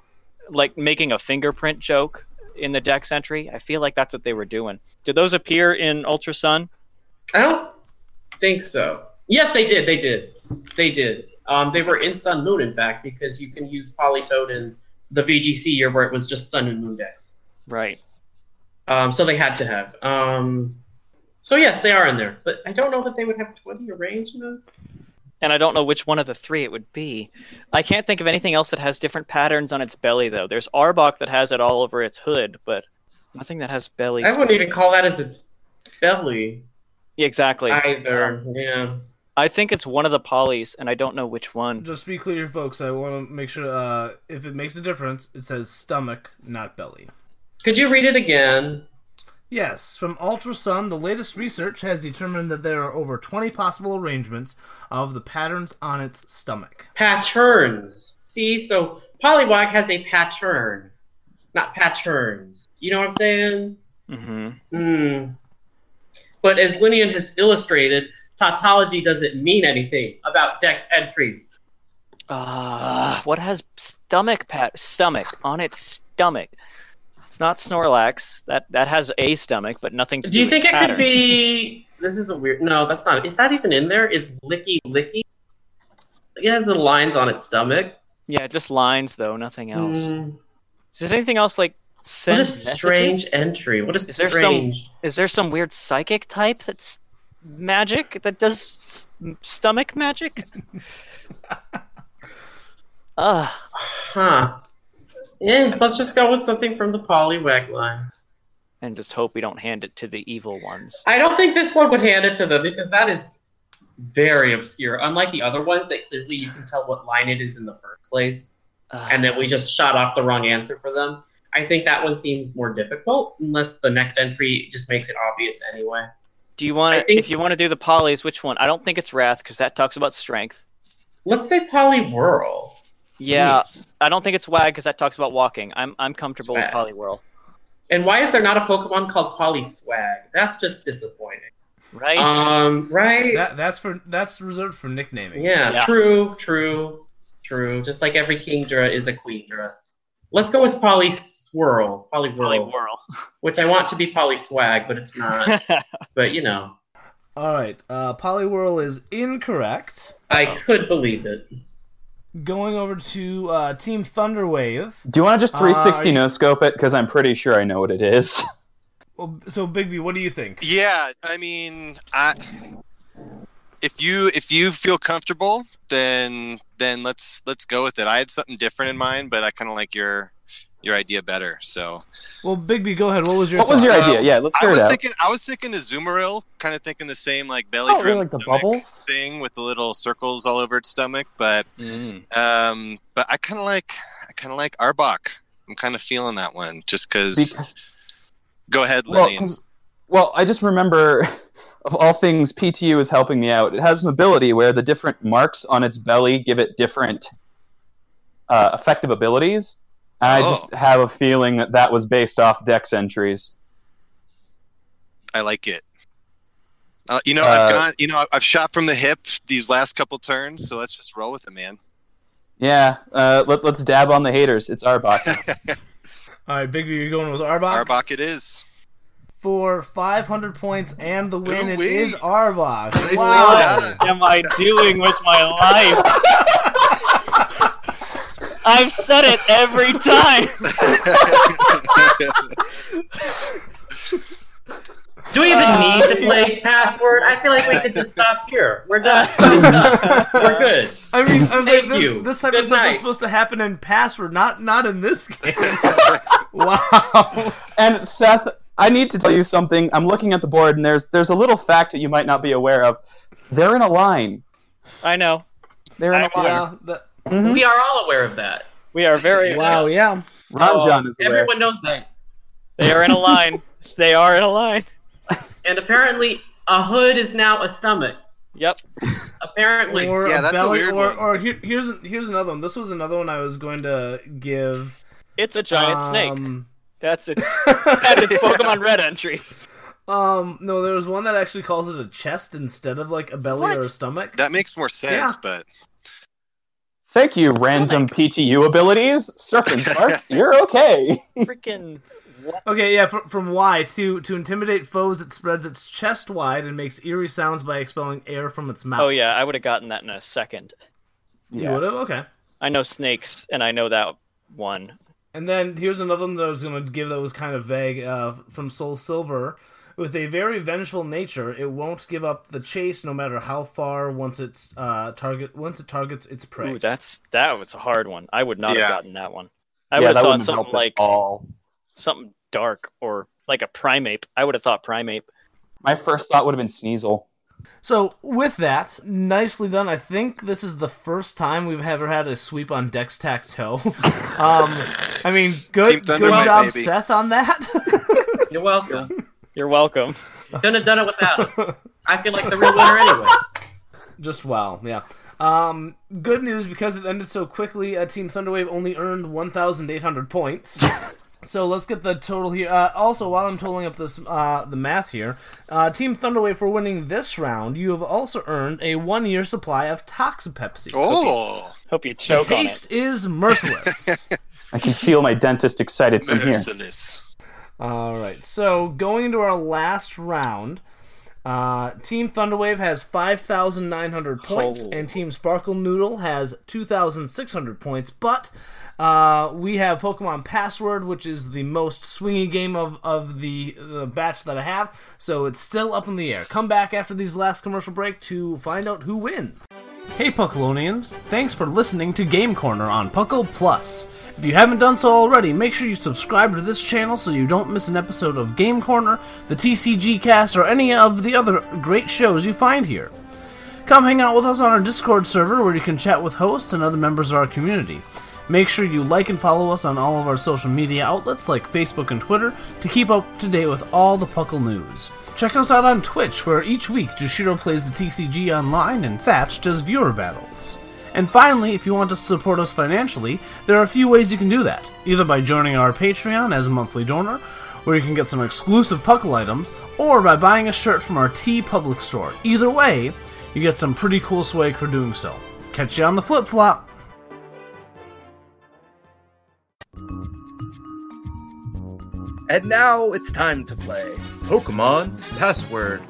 S8: Like making a fingerprint joke in the Dex entry. I feel like that's what they were doing. Did those appear in Ultra Sun?
S4: I don't think so. Yes, they did. They did. They did. Um, they were in Sun Moon, in fact, because you can use Polytoad in the VGC year where it was just Sun and Moon decks.
S8: Right.
S4: Um, so they had to have. Um, so yes, they are in there, but I don't know that they would have twenty arrangements.
S8: and I don't know which one of the three it would be. I can't think of anything else that has different patterns on its belly, though. There's Arbok that has it all over its hood, but nothing that has belly.
S4: I wouldn't even
S8: specific-
S4: call that as its belly
S8: Yeah, exactly.
S4: either. Yeah.
S8: I think it's one of the polys, and I don't know which one.
S1: Just to be clear, folks. I want to make sure uh, if it makes a difference, it says stomach, not belly.
S4: Could you read it again?
S1: Yes, from Ultra Sun, the latest research has determined that there are over 20 possible arrangements of the patterns on its stomach.
S4: Patterns. See, so Polywag has a pattern, not patterns. You know what I'm saying?
S8: Mm-hmm.
S4: Hmm. But as Linian has illustrated, tautology doesn't mean anything about Dex entries.
S8: Ah, what has stomach pat stomach on its stomach? It's not Snorlax. That that has a stomach, but nothing to
S4: Do you
S8: with
S4: think it could
S8: patterns.
S4: be? This is a weird. No, that's not. Is that even in there? Is Licky Licky? It has the lines on its stomach.
S8: Yeah, just lines though, nothing else.
S4: Hmm.
S8: Is there anything else like send
S4: What a strange
S8: messages?
S4: entry. What a
S8: is there
S4: strange-
S8: Some, is there some weird psychic type that's magic that does s- stomach magic? Ugh.
S4: Huh. Yeah, let's just go with something from the Polywag line.
S8: And just hope we don't hand it to the evil ones.
S4: I don't think this one would hand it to them because that is very obscure. Unlike the other ones that clearly you can tell what line it is in the first place, and then we just shot off the wrong answer for them. I think that one seems more difficult unless the next entry just makes it obvious anyway.
S8: Do you want to? If you want to do the polys, which one? I don't think it's Wrath because that talks about strength.
S4: Let's say Polywhirl.
S8: Yeah, I don't think it's Wag because that talks about walking. I'm I'm comfortable with
S4: Swag.
S8: Poliwhirl,
S4: And why is there not a Pokemon called Polyswag? That's just disappointing.
S8: right?
S4: Um, right.
S1: That, that's for that's reserved for nicknaming.
S4: Yeah, true, true, true. Just like every Kingdra is a Queendra. Let's go with Polyswirl. Polywhirl. Which I want to be Polyswag, but it's not. but you know,
S1: All right, uh, Poliwhirl is incorrect.
S4: I could believe it.
S1: Going over to uh, Team Thunderwave.
S2: Do you want to just 360
S1: Uh,
S2: no scope it? Because I'm pretty sure I know what it is.
S1: well, So Bigby, what do you think?
S3: Yeah, I mean, I if you if you feel comfortable, then then let's let's go with it. I had something different in mind, but I kind of like your your idea better. So Uh,
S1: Well, Bigby, go ahead. What was your
S2: What was
S1: thought?
S2: your idea? Yeah, let's
S3: I
S2: hear it
S3: was
S2: out.
S3: thinking I was thinking the Azumarill, kind of thinking the same like belly
S2: Oh, really,
S3: drum
S2: like the
S3: stomach
S2: bubbles?
S3: thing with the little circles all over its stomach, but um, but I kind of like I kind of like Arbok. I'm kind of feeling that one just because. Go ahead,
S2: Well,
S3: Lillian.
S2: 'cause- well, I just remember, of all things, PTU is helping me out. It has an ability where the different marks on its belly give it different uh, effective abilities. And I just have a feeling that that was based off Dex entries.
S3: I like it. Uh, you know, I've
S2: Uh,
S3: gone. You know, I've shot from the hip these last couple turns, so let's just roll with it, man.
S2: Yeah, uh, let, let's dab on the haters. It's Arbok.
S1: All right, Bigby, you're going with Arbok.
S3: Arbok, it is.
S1: for 500 points and the win. It is Arbok.
S11: Oh.
S1: Wow.
S8: What am I doing with my life? I've said it every time.
S3: Ah.
S4: Do we even
S8: Uh,
S4: need to play password? I feel like we should just stop here. We're done. We're, done. We're good.
S1: I mean, I was like,
S4: Thank
S1: this,
S4: you.
S1: this type
S4: Good
S1: of stuff
S4: night.
S1: was supposed to happen in password, not not in this game. wow.
S2: and Seth, I need to tell you something. I'm looking at the board, and there's there's a little fact that you might not be aware of. They're in a line.
S8: I know.
S2: They're in a line. Mhm.
S4: We are all aware of that.
S8: We are very
S1: wow. Yeah.
S2: Ranjan is aware.
S4: Everyone knows that.
S8: They are in a line. They are in a line.
S4: And apparently, a hood is now a stomach.
S8: Yep.
S4: Apparently.
S1: Or a belly, or, or here, here's an- here's another one. This was another one I was going to give.
S8: It's a giant snake.
S1: Um,
S8: That's it. That's its Pokemon Red entry.
S1: Um, no, there was one that actually calls it a chest instead of like a belly or a stomach.
S3: That makes more sense, but
S2: Thank you, random PTU abilities. Serpent Spark, you're okay.
S8: Freaking
S1: Okay, yeah, fr- from Y to to intimidate foes, it spreads its chest wide and makes eerie sounds by expelling air from its mouth.
S8: Oh yeah, I would have gotten that in a second.
S1: You would've? Okay.
S8: I know snakes, and I know that one.
S1: And then here's another one that I was going to give that was kind of vague uh, from Soul Silver. With a very vengeful nature, it won't give up the chase no matter how far once it's uh, target once it targets its prey.
S8: Ooh, that's that was a hard one. I would not
S1: Yeah.
S8: have gotten that one. I would
S1: Yeah, that
S8: have thought
S1: wouldn't have
S8: something
S1: helped at
S8: like
S2: all.
S8: something dark or like a primate. I would have thought primate.
S2: My first thought would have been Sneasel.
S1: So with that, nicely done. I think this is the first time we've ever had a sweep on Dex Tac Toe. um, I mean,
S4: Team
S1: good
S4: Thunder,
S1: good
S4: my
S1: job,
S4: baby.
S1: Seth, on that.
S4: You're welcome.
S8: You're welcome.
S4: Couldn't have done it without us. I feel like the real winner anyway.
S1: Just wow, yeah. Um, good news because it ended so quickly. Uh, Team Thunderwave only earned 1,800 points. so let's get the total here. Uh, also, while I'm totaling up this uh, the math here, uh, Team Thunderwave for winning this round, you have also earned a one year supply of Toxapepsi.
S8: Oh. Hope you choke
S1: the
S8: on it.
S1: taste is merciless.
S2: I can feel my dentist excited from here.
S1: All right. So going into our last round, uh, Team Thunderwave has five thousand nine hundred points,
S2: Oh.
S1: and Team Sparkle Noodle has two thousand six hundred points. But uh, we have Pokemon Password, which is the most swingy game of of the the batch that I have. So it's still up in the air. Come back after these last commercial break to find out who wins.
S12: Hey, Puckalonians! Thanks for listening to Game Corner on Puckle Plus. If you haven't done so already, make sure you subscribe to this channel so you don't miss an episode of Game Corner, the TCG Cast, or any of the other great shows you find here. Come hang out with us on our Discord server where you can chat with hosts and other members of our community. Make sure you like and follow us on all of our social media outlets like Facebook and Twitter to keep up to date with all the Puckle news. Check us out on Twitch where each week Jushiro plays the TCG online and Thatch does viewer battles. And finally, if you want to support us financially, there are a few ways you can do that. Either by joining our Patreon as a monthly donor, where you can get some exclusive Puckle items, or by buying a shirt from our T Public store. Either way, you get some pretty cool swag for doing so. Catch you on the flip flop!
S11: And now it's time to play Pokemon Password.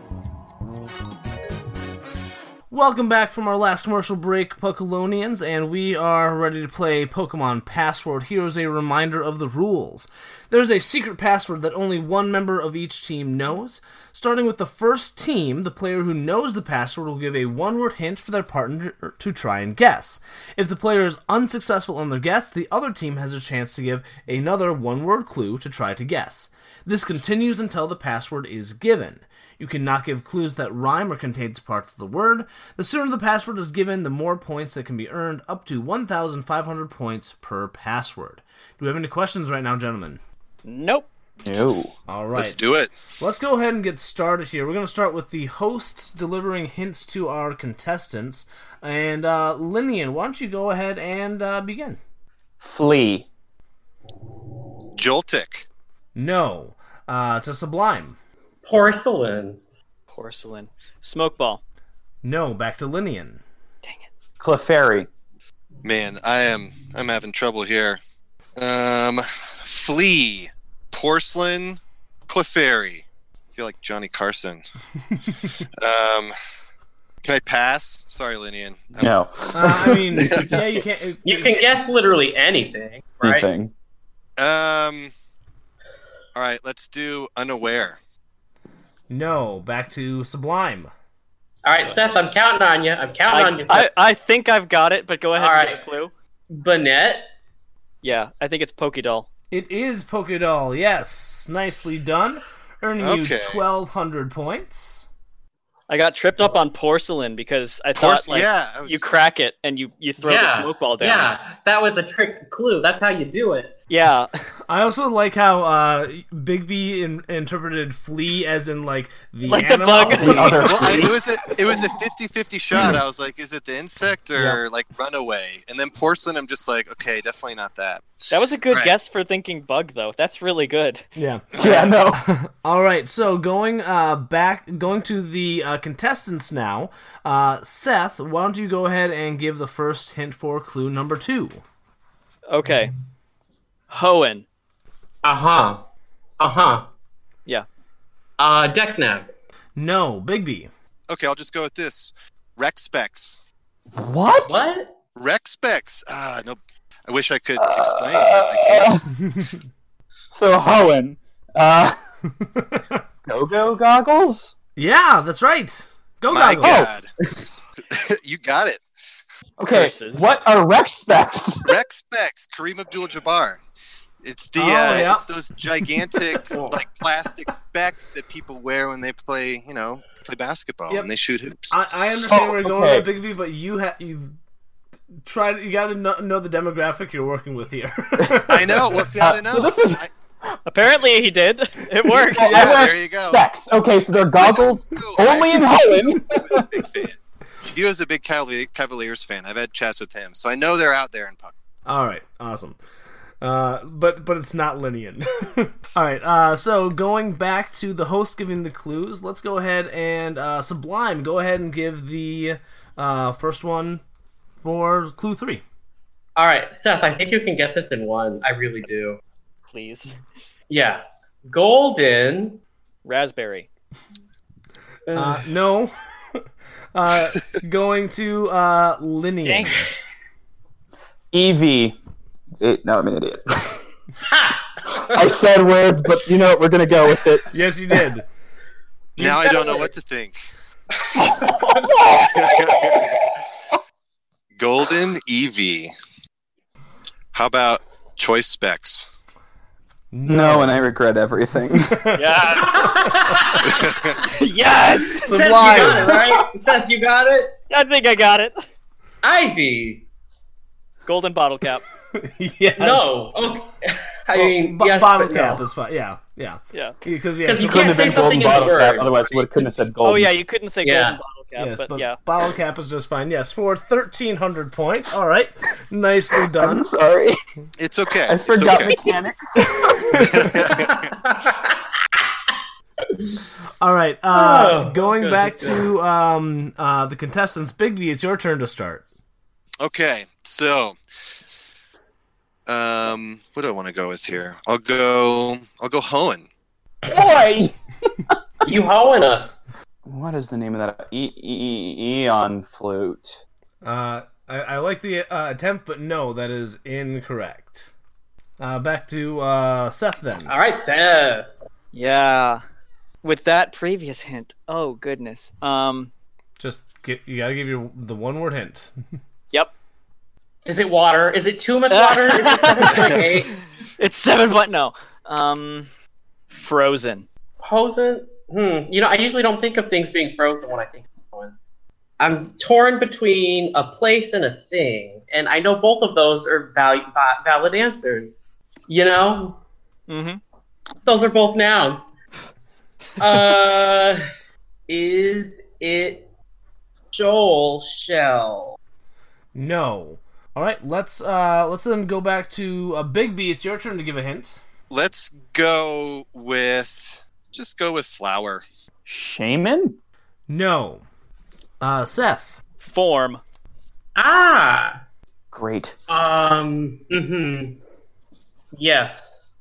S1: Welcome back from our last commercial break, Puckalonians, and we are ready to play Pokemon Password. Here is a reminder of the rules. There's a secret password that only one member of each team knows. Starting with the first team, the player who knows the password will give a one word hint for their partner to try and guess. If the player is unsuccessful in their guess, the other team has a chance to give another one word clue to try to guess. This continues until the password is given. You cannot give clues that rhyme or contains parts of the word. The sooner the password is given, the more points that can be earned, up to 1,500 points per password. Do we have any questions right now, gentlemen?
S8: Nope.
S2: No.
S1: All right.
S3: Let's do it.
S1: Let's go ahead and get started here. We're going to start with the hosts delivering hints to our contestants. And uh, Linian, why don't you go ahead and uh, begin?
S2: Flea.
S3: Joltic.
S1: No. Uh, to Sublime.
S4: Porcelain.
S8: Porcelain. Smoke ball.
S1: No. Back to Linian.
S2: Clefairy.
S3: Man, I am I'm having trouble here. Um, flea, porcelain, Clefairy. I feel like Johnny Carson. um, can I pass? Sorry, Um, Linian. I'm-
S2: No.
S1: Uh, I mean, yeah, you can't.
S4: You can guess literally anything, right?
S2: Anything.
S3: Um. All right, let's do unaware.
S1: No. Back to Sublime.
S4: All right, Seth, I'm counting on you. I'm counting on you.
S8: I,
S4: Seth.
S8: I, I think I've got it, but go ahead and get a clue.
S4: Bonnet.
S8: Yeah, I think it's Pokédoll.
S1: It is Pokedoll, yes. Nicely done. Earning
S8: Okay.
S1: you 1,200 points.
S8: I got tripped up on porcelain because I thought
S4: Porce-
S8: like,
S4: yeah, I was-
S8: you crack it and you, you throw the
S4: Yeah,
S8: smoke ball down.
S4: Yeah, that was a trick clue. That's how you do it.
S8: Yeah.
S1: I also like how uh, Bigby in- interpreted flea as in, like, the
S3: Like the
S1: animal.
S3: bug. Well, I- it was a it was a 50-50 shot. I was like, is it the insect or
S8: Yeah.
S3: like runaway? And then porcelain, I'm just like, okay, definitely not that.
S8: That was a good
S3: Right.
S8: guess for thinking bug, though. That's really good.
S1: Yeah.
S2: Yeah, no.
S1: All right, so going uh, back, going to the uh, contestants now. Uh, Seth, why don't you go ahead and give the first hint for clue number two?
S2: Mm-hmm.
S8: Okay. Hoenn.
S4: Uh huh. Uh huh.
S8: Yeah.
S4: Uh, Dexnav.
S1: No, Bigby.
S3: Okay, I'll just go with this. Rec specs.
S2: What?
S4: What?
S3: Rec specs. Ah, no. I wish I could explain. but I can't.
S2: So Hoenn, uh, go-go goggles.
S1: Yeah, that's right. Go
S3: My
S1: goggles.
S3: God. you got it.
S2: Okay, what are rec specs?
S3: Rec specs. Kareem Abdul-Jabbar. It's the
S2: Oh,
S3: uh,
S2: yeah.
S3: it's those gigantic like plastic specs that people wear when they play you know play basketball
S1: Yep.
S3: and they shoot hoops.
S1: I, I understand
S3: Oh,
S1: where you're going
S3: okay.
S1: with that, Bigby, but you have you tried. You got to know, know the demographic you're working with here.
S3: I know. Well, see, I don't know. I-
S8: Apparently he did. It worked.
S2: Well, I wear Specs. Okay, so they're goggles only in Hoenn.
S3: He was a big Cavalier- Cavaliers fan. I've had chats with him, so I know they're out there in puck.
S1: All right, awesome. Uh, but but it's not Linian. All right, uh, so going back to the host giving the clues, let's go ahead and uh, Sublime. Go ahead and give the uh, first one for clue three.
S4: All right, Seth, I think you can get this in one. I really do.
S8: Please.
S4: Yeah. Golden.
S8: Raspberry.
S1: Uh, no, uh, going to uh, Linian.
S2: Evie. It, no, I'm an idiot. I said words, but you know what? We're gonna go with it.
S1: Yes, you did.
S3: Now I don't know what to think. Golden EV. How about choice specs?
S2: No, and I regret everything.
S8: yes.
S4: Seth, you got it, right? Seth, you got it.
S8: I think I got it.
S4: Ivy.
S8: Golden bottle cap.
S1: yes.
S4: No. Okay. I mean,
S1: bo-
S4: yes,
S1: bottle
S4: but
S1: cap
S4: no.
S1: is fine. Yeah, yeah,
S8: yeah.
S1: Because
S4: Because you couldn't have been golden bottle cap,
S2: otherwise we couldn't have said
S8: Oh
S2: golden.
S8: yeah, you couldn't say
S2: Yeah.
S8: golden bottle cap,
S1: Yes,
S8: but,
S1: but,
S8: yeah.
S1: bottle cap is just fine. Yes, for thirteen hundred points. All right, nicely done.
S2: sorry,
S3: It's okay.
S2: I forgot
S3: it's okay.
S2: mechanics.
S1: All right, uh,
S3: Oh,
S1: going
S3: that's good,
S1: back
S3: that's good.
S1: to um, uh, the contestants, Bigby, it's your turn to start.
S3: Okay, so um, what do I want to go with here? I'll go. I'll go Hoenn.
S2: Boy,
S4: you hoeing us.
S2: What is the name of that? E- e- e- Eon flute.
S1: Uh, I, I like the uh, attempt, but no, that is incorrect. Uh, back to uh, Seth then.
S4: All right, Seth.
S8: Yeah. With that previous hint. Oh goodness. Um
S1: Just get, you gotta give you the one word hint.
S8: Yep.
S4: Is it water? Is it too much water? Is it seven point eight?
S8: It's seven point no. Um Frozen.
S4: Frozen? Hmm. You know, I usually don't think of things being frozen when I think of one. I'm torn between a place and a thing, and I know both of those are valid, valid answers. You know,
S8: Mm-hmm.
S4: those are both nouns. Uh, is it Joel Shell?
S1: No. All right, let's uh, let's then go back to uh, Bigby. It's your turn to give a hint.
S3: Let's go with. Just go with flower.
S2: Shaman?
S1: No. Uh, Seth.
S8: Form.
S4: Ah.
S2: Great.
S4: Um. hmm Yes.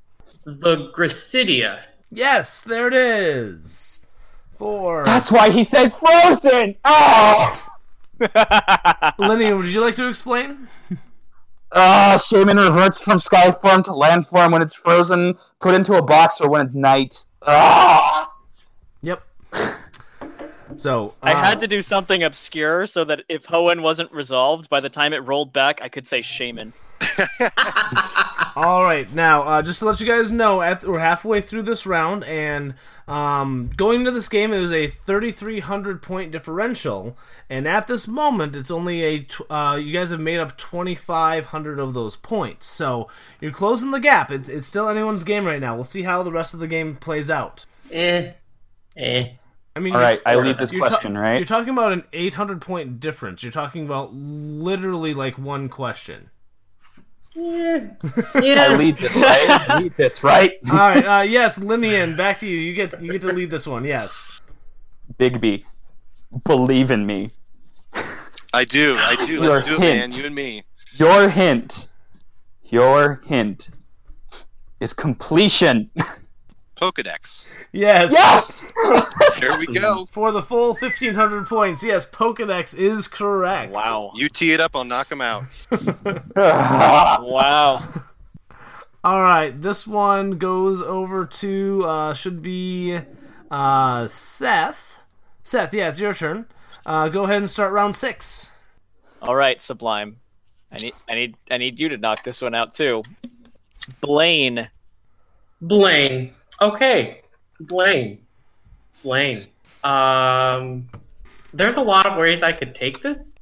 S4: The Grisidia.
S1: Yes, there it is. Four.
S2: That's why he said frozen. Oh,
S1: Lenny, would you like to explain?
S2: ah, Shaman reverts from sky form to land form when it's frozen, put into a box, or when it's night. Ah,
S1: Yep. So
S8: I had to do something obscure so that if Hoenn wasn't resolved, by the time it rolled back, I could say Shaman.
S1: All right, now uh, just to let you guys know, at, we're halfway through this round, and um, going into this game, it was a 3,300 point differential, and at this moment, it's only a tw- uh, you guys have made up 2,500 of those points, so you're closing the gap. It's it's still anyone's game right now. We'll see how the rest of the game plays out.
S4: Eh. Eh.
S1: I mean,
S2: All
S1: you're-
S2: right, I leave this
S1: you're ta-
S2: question, right?
S1: You're talking about an 800 point difference. You're talking about literally like one question.
S4: Yeah.
S2: I lead this right. I lead this right.
S1: All right. Uh, yes, Linian, back to you. You get you get to lead this one. Yes.
S2: Bigby, believe in me.
S3: I do. I do.
S2: Your
S3: Let's do it, man.
S2: hint.
S3: You and me.
S2: Your hint, your hint is completion.
S3: Pokedex.
S1: Yes.
S3: There we go.
S1: For the full 1500 points. Yes, Pokedex is correct.
S3: Wow. You tee it up, I'll knock him out.
S8: wow.
S1: All right, this one goes over to uh, should be uh, Seth. Seth, yeah, it's your turn. Uh, go ahead and start round six.
S8: All right, Sublime. I need, I need, I need you to knock this one out too. Blaine.
S4: Blaine. Okay. Blaine. Blaine. Um, there's a lot of ways I could take this.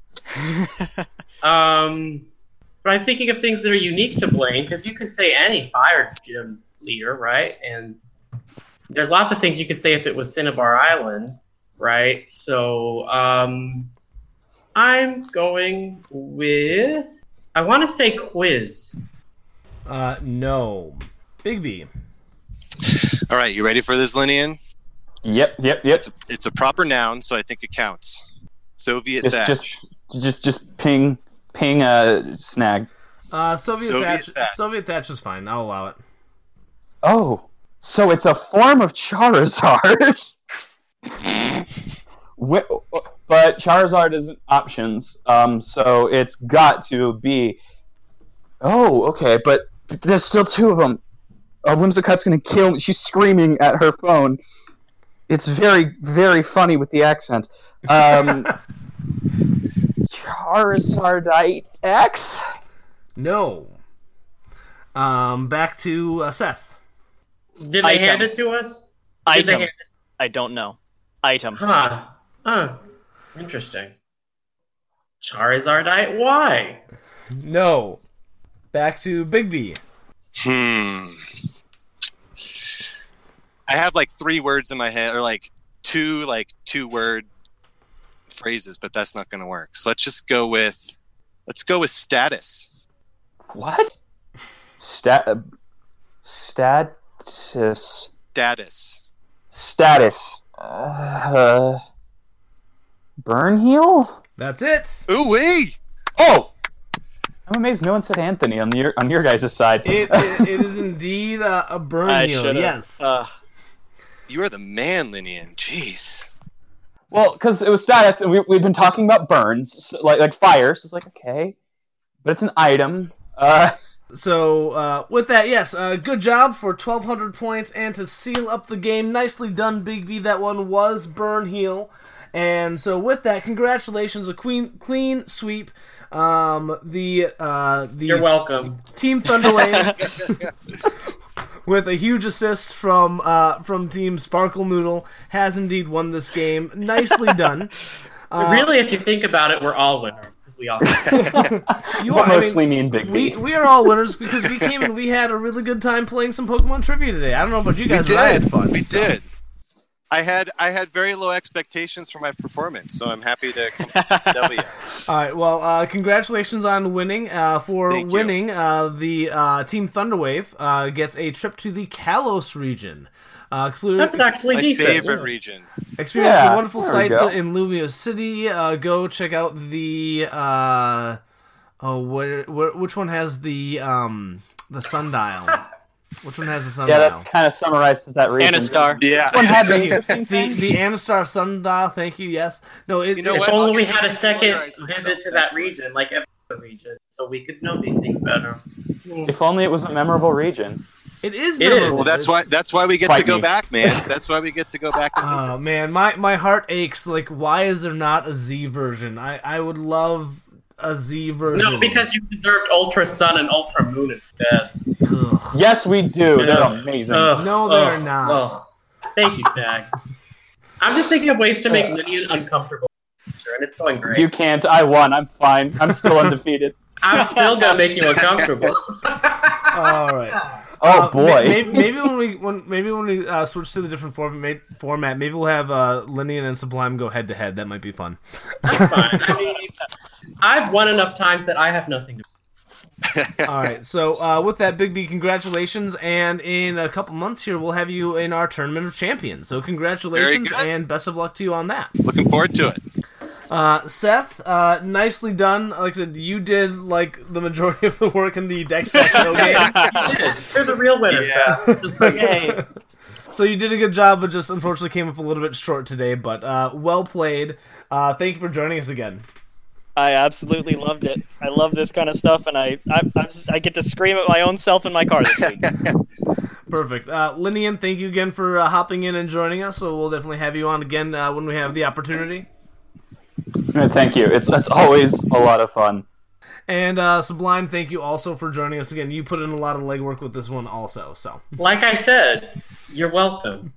S4: um, but I'm thinking of things that are unique to Blaine because you could say any fire gym leader, right? And there's lots of things you could say if it was Cinnabar Island, right? So um, I'm going with. I want to say quiz.
S1: Uh, no. Bigby.
S3: All right, you ready for this, Linian?
S2: Yep, yep, yep. It's a,
S3: it's a proper noun, so I think it counts. Soviet
S2: Just,
S3: that.
S2: just, just, just ping, ping a snag.
S1: Uh, Soviet,
S3: Soviet
S1: thatch. Soviet thatch is fine. I'll allow it.
S2: Oh, so it's a form of Charizard. Wh- but Charizard isn't options, um, so it's got to be. Oh, okay, but there's still two of them. Uh, Whimsicott's gonna kill me. She's screaming at her phone. It's very, very funny with the accent. Um, Charizardite X.
S1: No. Um, back to uh, Seth.
S4: Did they hand it to us? Did they
S8: Item.
S4: hand
S8: I don't know. Item.
S4: Huh. Huh. Interesting. Charizardite Y.
S1: No. Back to Bigby.
S3: Hmm. I have like three words in my head, or like two, like two word phrases, but that's not going to work. So let's just go with, let's go with status.
S2: What? Stat. Status.
S3: Status.
S2: Status. Uh, burn heal.
S1: That's it.
S3: Ooh wee.
S2: Oh. I'm amazed no one said Anthony on your on your guys' side.
S1: It, it, it is indeed uh, a, a burn heal, Yes.
S4: uh,
S8: Uh,
S3: You are the man, Linian. Jeez.
S2: Well, because it was status, and we, we've been talking about burns, so, like like fire. So it's like okay, but it's an item. Uh,
S1: So uh, with that, yes, uh, good job for twelve hundred points, and to seal up the game, nicely done, Bigby. That one was burn heel, and so with that, congratulations, a queen clean sweep. Um, the uh, the
S4: You're welcome.
S1: Team Thunderwave with a huge assist from uh, from Team Sparkle Noodle has indeed won this game. Nicely done. Uh,
S4: really, if you think about it, we're all winners because we all.
S1: you
S2: but
S1: are, I mean,
S2: mostly me and Big
S1: We,
S2: B.
S1: we are all winners because we came and we had a really good time playing some Pokemon trivia today. I don't know about you
S3: We
S1: guys, but I had
S3: did.
S1: fun.
S3: We
S1: so.
S3: did. I had I had very low expectations for my performance, so I'm happy to come W.
S1: All right. Well, uh, congratulations on winning. Uh, for winning, uh, the uh, team Thunderwave uh, gets a trip to the Kalos region. Uh, clear-
S4: That's actually
S3: My
S4: decent.
S3: favorite region.
S1: Experience
S2: Yeah,
S1: the wonderful
S2: there we
S1: sights
S2: go.
S1: in Lumia City. Uh, go check out the uh, oh, where, where, which one has the um, the sundial? which one has the sundial?
S2: Yeah, that kind of summarizes that region.
S8: Anastar.
S3: Yeah.
S2: One had me.
S1: the the Anastar sundial. Thank you. Yes. No. It,
S3: know
S1: it-
S3: what?
S4: If
S3: I'll
S4: only we
S3: give
S4: had
S3: you
S4: a
S3: the
S4: second
S3: polarized
S4: visit
S3: myself,
S4: to that
S3: that's
S4: region, like every other region, so we could know these things better.
S2: If only it was a memorable region.
S1: it is.
S4: It is.
S1: memorable.
S3: Well, that's why that's why we get to
S2: Fight
S3: go
S2: me.
S3: back, man. That's why we get to go back and visit.
S1: Oh man, my my heart aches. Like, why is there not a Z version? I I would love a Z version.
S4: No, because you deserved Ultra Sun and Ultra Moon instead.
S1: Ugh.
S2: Yes, we do. They're
S4: Yeah.
S2: amazing.
S4: Ugh,
S1: No, they're
S4: ugh,
S1: not.
S4: ugh. Thank you, Snag. I'm just thinking of ways to
S3: Uh,
S4: make Lydian uncomfortable, and it's going great.
S2: You can't. I won. I'm fine. I'm still undefeated.
S4: I'm still gonna make you uncomfortable.
S1: All right.
S2: Oh
S1: Uh,
S2: boy.
S1: may- may- Maybe, when we when maybe when we uh, switch to the different format, format, maybe we'll have uh, Linian and Sublime go head to head. That might be fun.
S4: That's fine. I mean, I've won enough times that I have nothing to.
S1: All right. So uh, with that, Big B, congratulations! And in a couple months here, we'll have you in our tournament of champions. So congratulations
S3: good.
S1: and best of luck to you on that.
S3: Looking forward to it.
S1: Uh, Seth, uh, nicely done. Like I said, you did like the majority of the work in the deck section. Okay?
S4: You're the real winner,
S3: Yeah.
S4: Seth. Just like,
S8: Yay.
S1: So you did a good job, but just unfortunately came up a little bit short today. But uh, well played. Uh, thank you for joining us again.
S8: I absolutely loved it. I love this kind of stuff, and I I, I'm just, I get to scream at my own self in my car this week.
S1: Perfect. Uh, Linian, thank you again for uh, hopping in and joining us. So we'll definitely have you on again uh, when we have the opportunity.
S2: No, Thank you. It's that's always a lot of fun.
S1: And uh, Sublime, thank you also for joining us again. You put in a lot of legwork with this one, also. So.
S4: Like I said, you're welcome.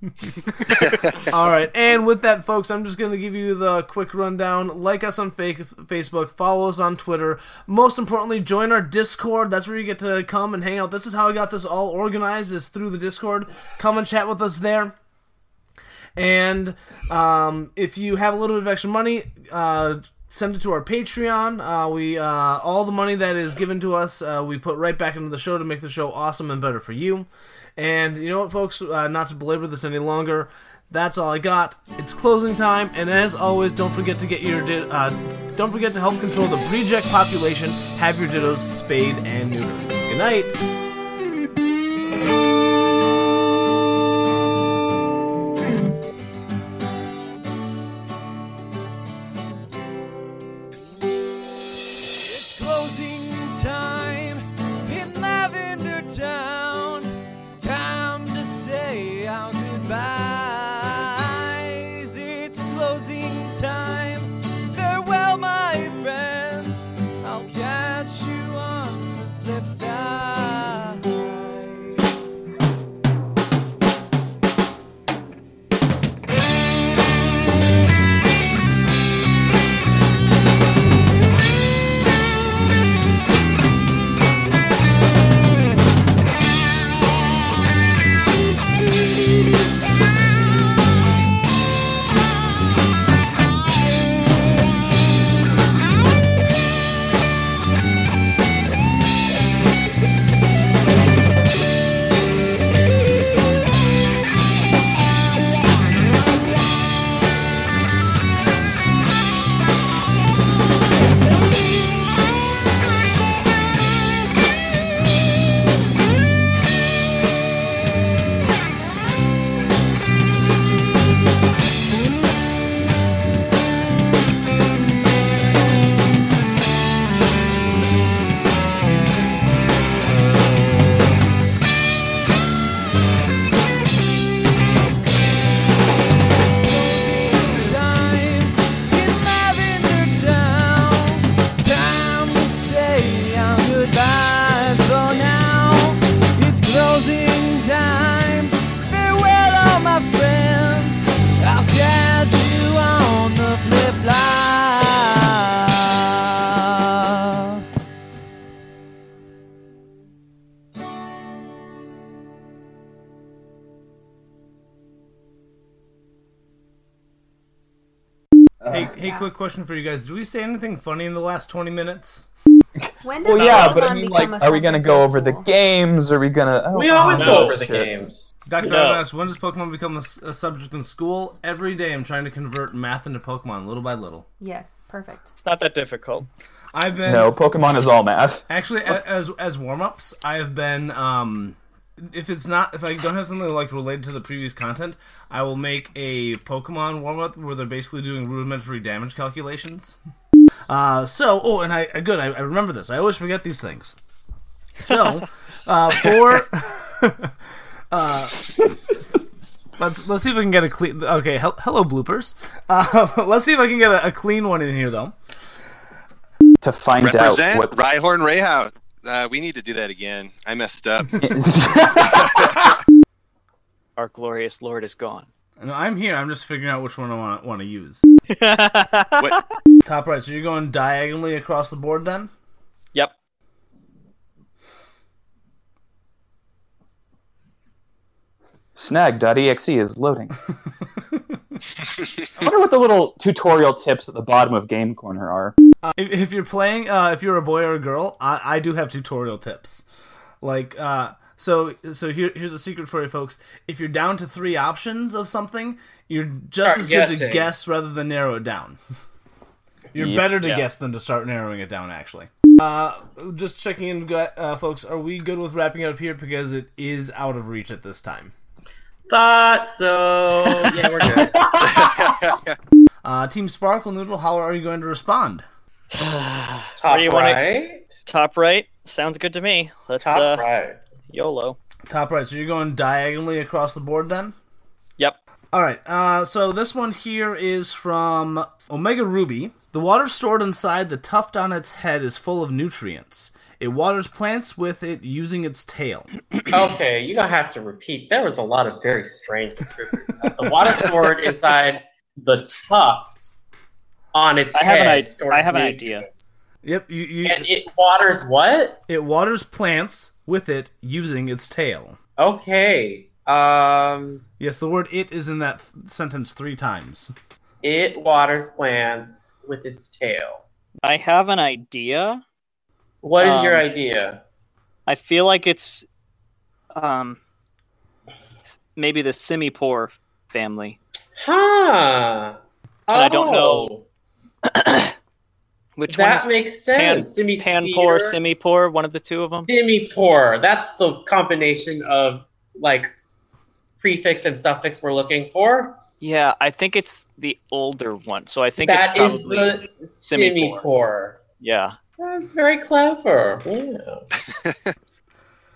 S1: All right, and with that, folks, I'm just going to give you the quick rundown. Like us on fake Facebook, follow us on Twitter. Most importantly, join our Discord. That's where you get to come and hang out. This is how I got this all organized is through the Discord. Come and chat with us there. And um, if you have a little bit of extra money, uh, send it to our Patreon. Uh, we uh, all the money that is given to us, uh, we put right back into the show to make the show awesome and better for you. And you know what, folks? Uh, not to belabor this any longer. That's all I got. It's closing time, and as always, don't forget to get your di- uh, don't forget to help control the reject population. Have your dittos spayed and neutered. Good night.
S13: It's closing time in Lavender Town. Time to say our goodbyes. It's closing time. Farewell, my friends. I'll catch you on the flip side. Fly.
S1: hey, hey, quick question for you guys: Did we say anything funny in the last twenty minutes?
S14: When does
S2: Well, yeah, but I
S14: Pokemon
S2: mean, like,
S14: become a
S2: are we gonna go over the games? Are we gonna? I don't
S1: We
S2: know
S1: always
S2: all
S1: go
S2: that
S1: over the
S2: shit.
S1: games. Dr.
S2: No.
S1: Abbas, when does Pokemon become a, s- a subject in school? Every day I'm trying to convert math into Pokemon little by little.
S14: Yes, perfect.
S8: It's not that difficult.
S1: I've been
S2: No, Pokemon is all math.
S1: Actually, a- as as warm ups, I have been. Um, if it's not, if I don't have something like related to the previous content, I will make a Pokemon warm up where they're basically doing rudimentary damage calculations. Uh, so, oh, and I I- good, I, I remember this. I always forget these things. So, uh, for uh, let's let's see if we can get a clean. Okay, hel- hello bloopers. Uh, let's see if I can get a, a clean one in here though.
S2: To find
S3: Represent
S2: out what
S3: Rhyhorn Rayhound. Uh, we need to do that again. I messed up.
S8: Our glorious lord is gone.
S1: No, I'm here. I'm just figuring out which one I want want to use.
S8: What?
S1: Top right. So you're going diagonally across the board then?
S8: Yep.
S2: snag.exe is loading. I wonder what the little tutorial tips at the bottom of Game Corner are.
S1: Uh, if, if you're playing, uh, if you're a boy or a girl, I, I do have tutorial tips. Like, uh, so so here, here's a secret for you folks. If you're down to three options of something, you're just
S8: Start
S1: as good to
S8: guessing.
S1: guess rather than narrow it down. You're
S8: Yep.
S1: better to
S8: Yeah.
S1: guess than to start narrowing it down, actually. Uh, just checking in, gu- uh, folks. Are we good with wrapping it up here because it is out of reach at this time?
S2: Thought so. Yeah, we're good.
S1: Uh, Team Sparkle Noodle, how are you going to respond?
S4: Where do you wanna-
S1: right?
S4: Top right sounds good to me. Let's
S1: Top
S4: uh,
S1: right.
S4: YOLO.
S1: Top right. So you're going diagonally across the board then?
S4: Yep.
S1: All right. Uh, so this one here is from Omega Ruby. The water stored inside the tuft on its head is full of nutrients. It waters plants with it using its tail.
S2: okay, you don't have to repeat. There was a lot of very strange descriptors. the water stored inside the tuft on its
S4: I have an
S2: head.
S4: id-
S2: stores
S4: I have an
S2: nutrients.
S1: Yep. You, you,
S2: And it waters what?
S1: It waters plants with it using its tail.
S2: Okay. Um.
S1: Yes, the word "it" is in that f- sentence three times.
S2: It waters plants with its tail.
S4: I have an idea.
S2: What is your
S4: Um,
S2: idea?
S4: I feel like it's um maybe the semi poor family.
S2: Huh.
S4: But I don't know
S2: Oh.
S4: which one.
S2: That
S4: is
S2: makes sense.
S4: Pan,
S2: Semi
S4: pan poor,
S2: seer.
S4: semi poor, one of the two of them.
S2: Semi poor. That's the combination of like prefix and suffix we're looking for.
S4: Yeah, I think it's the older one. So I think
S2: That
S4: it's
S2: is
S4: probably
S2: the
S4: semi-poor.
S2: semi-poor.
S4: Yeah.
S2: That's very clever. Yeah.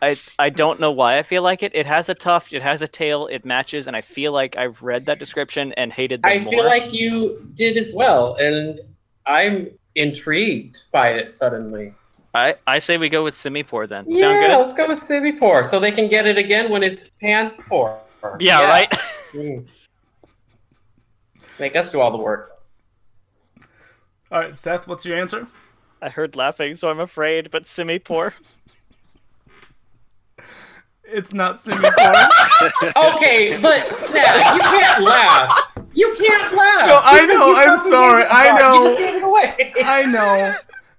S4: I I don't know why I feel like it. It has a tuft, it has a tail, it matches, and I feel like I've read that description and hated them
S2: I
S4: more.
S2: feel like you did as well, and I'm intrigued by it suddenly.
S4: I, I say we go with semi poor then.
S2: yeah,
S4: Sound
S2: let's go with semi poor, so they can get it again when it's pants poor.
S4: good? Yeah, right?
S2: Mm. Make us do all the work.
S1: All right, Seth, what's your answer?
S4: I heard laughing, so I'm afraid, but semi poor.
S1: It's not semi-poor.
S2: okay, but Snap, you can't laugh. You can't laugh.
S1: No, I
S2: because
S1: know,
S2: you
S1: I'm
S2: fucking
S1: sorry,
S2: gave it
S1: I
S2: away.
S1: know.
S2: You gave it away.
S1: I know.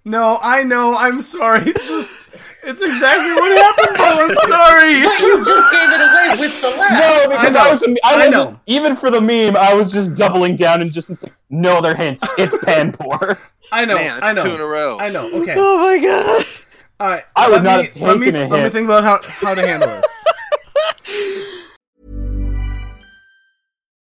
S1: No, I know. I'm sorry. It's just, it's exactly what happened. Bo. I'm sorry.
S2: But you just gave it away with the laugh.
S8: No, because I, was, I,
S1: I
S8: wasn't-
S1: know.
S8: even for the meme, I was just doubling down and just saying, no, they're hints. It's pan poor.
S1: I know.
S8: Man, that's
S1: I know.
S8: two in a row.
S1: I know. Okay.
S8: Oh
S4: my god.
S1: All right.
S8: I would
S1: let
S8: not
S1: me,
S8: have
S1: let me,
S8: taken a
S1: Let me
S8: hit.
S1: think about how, how to handle this.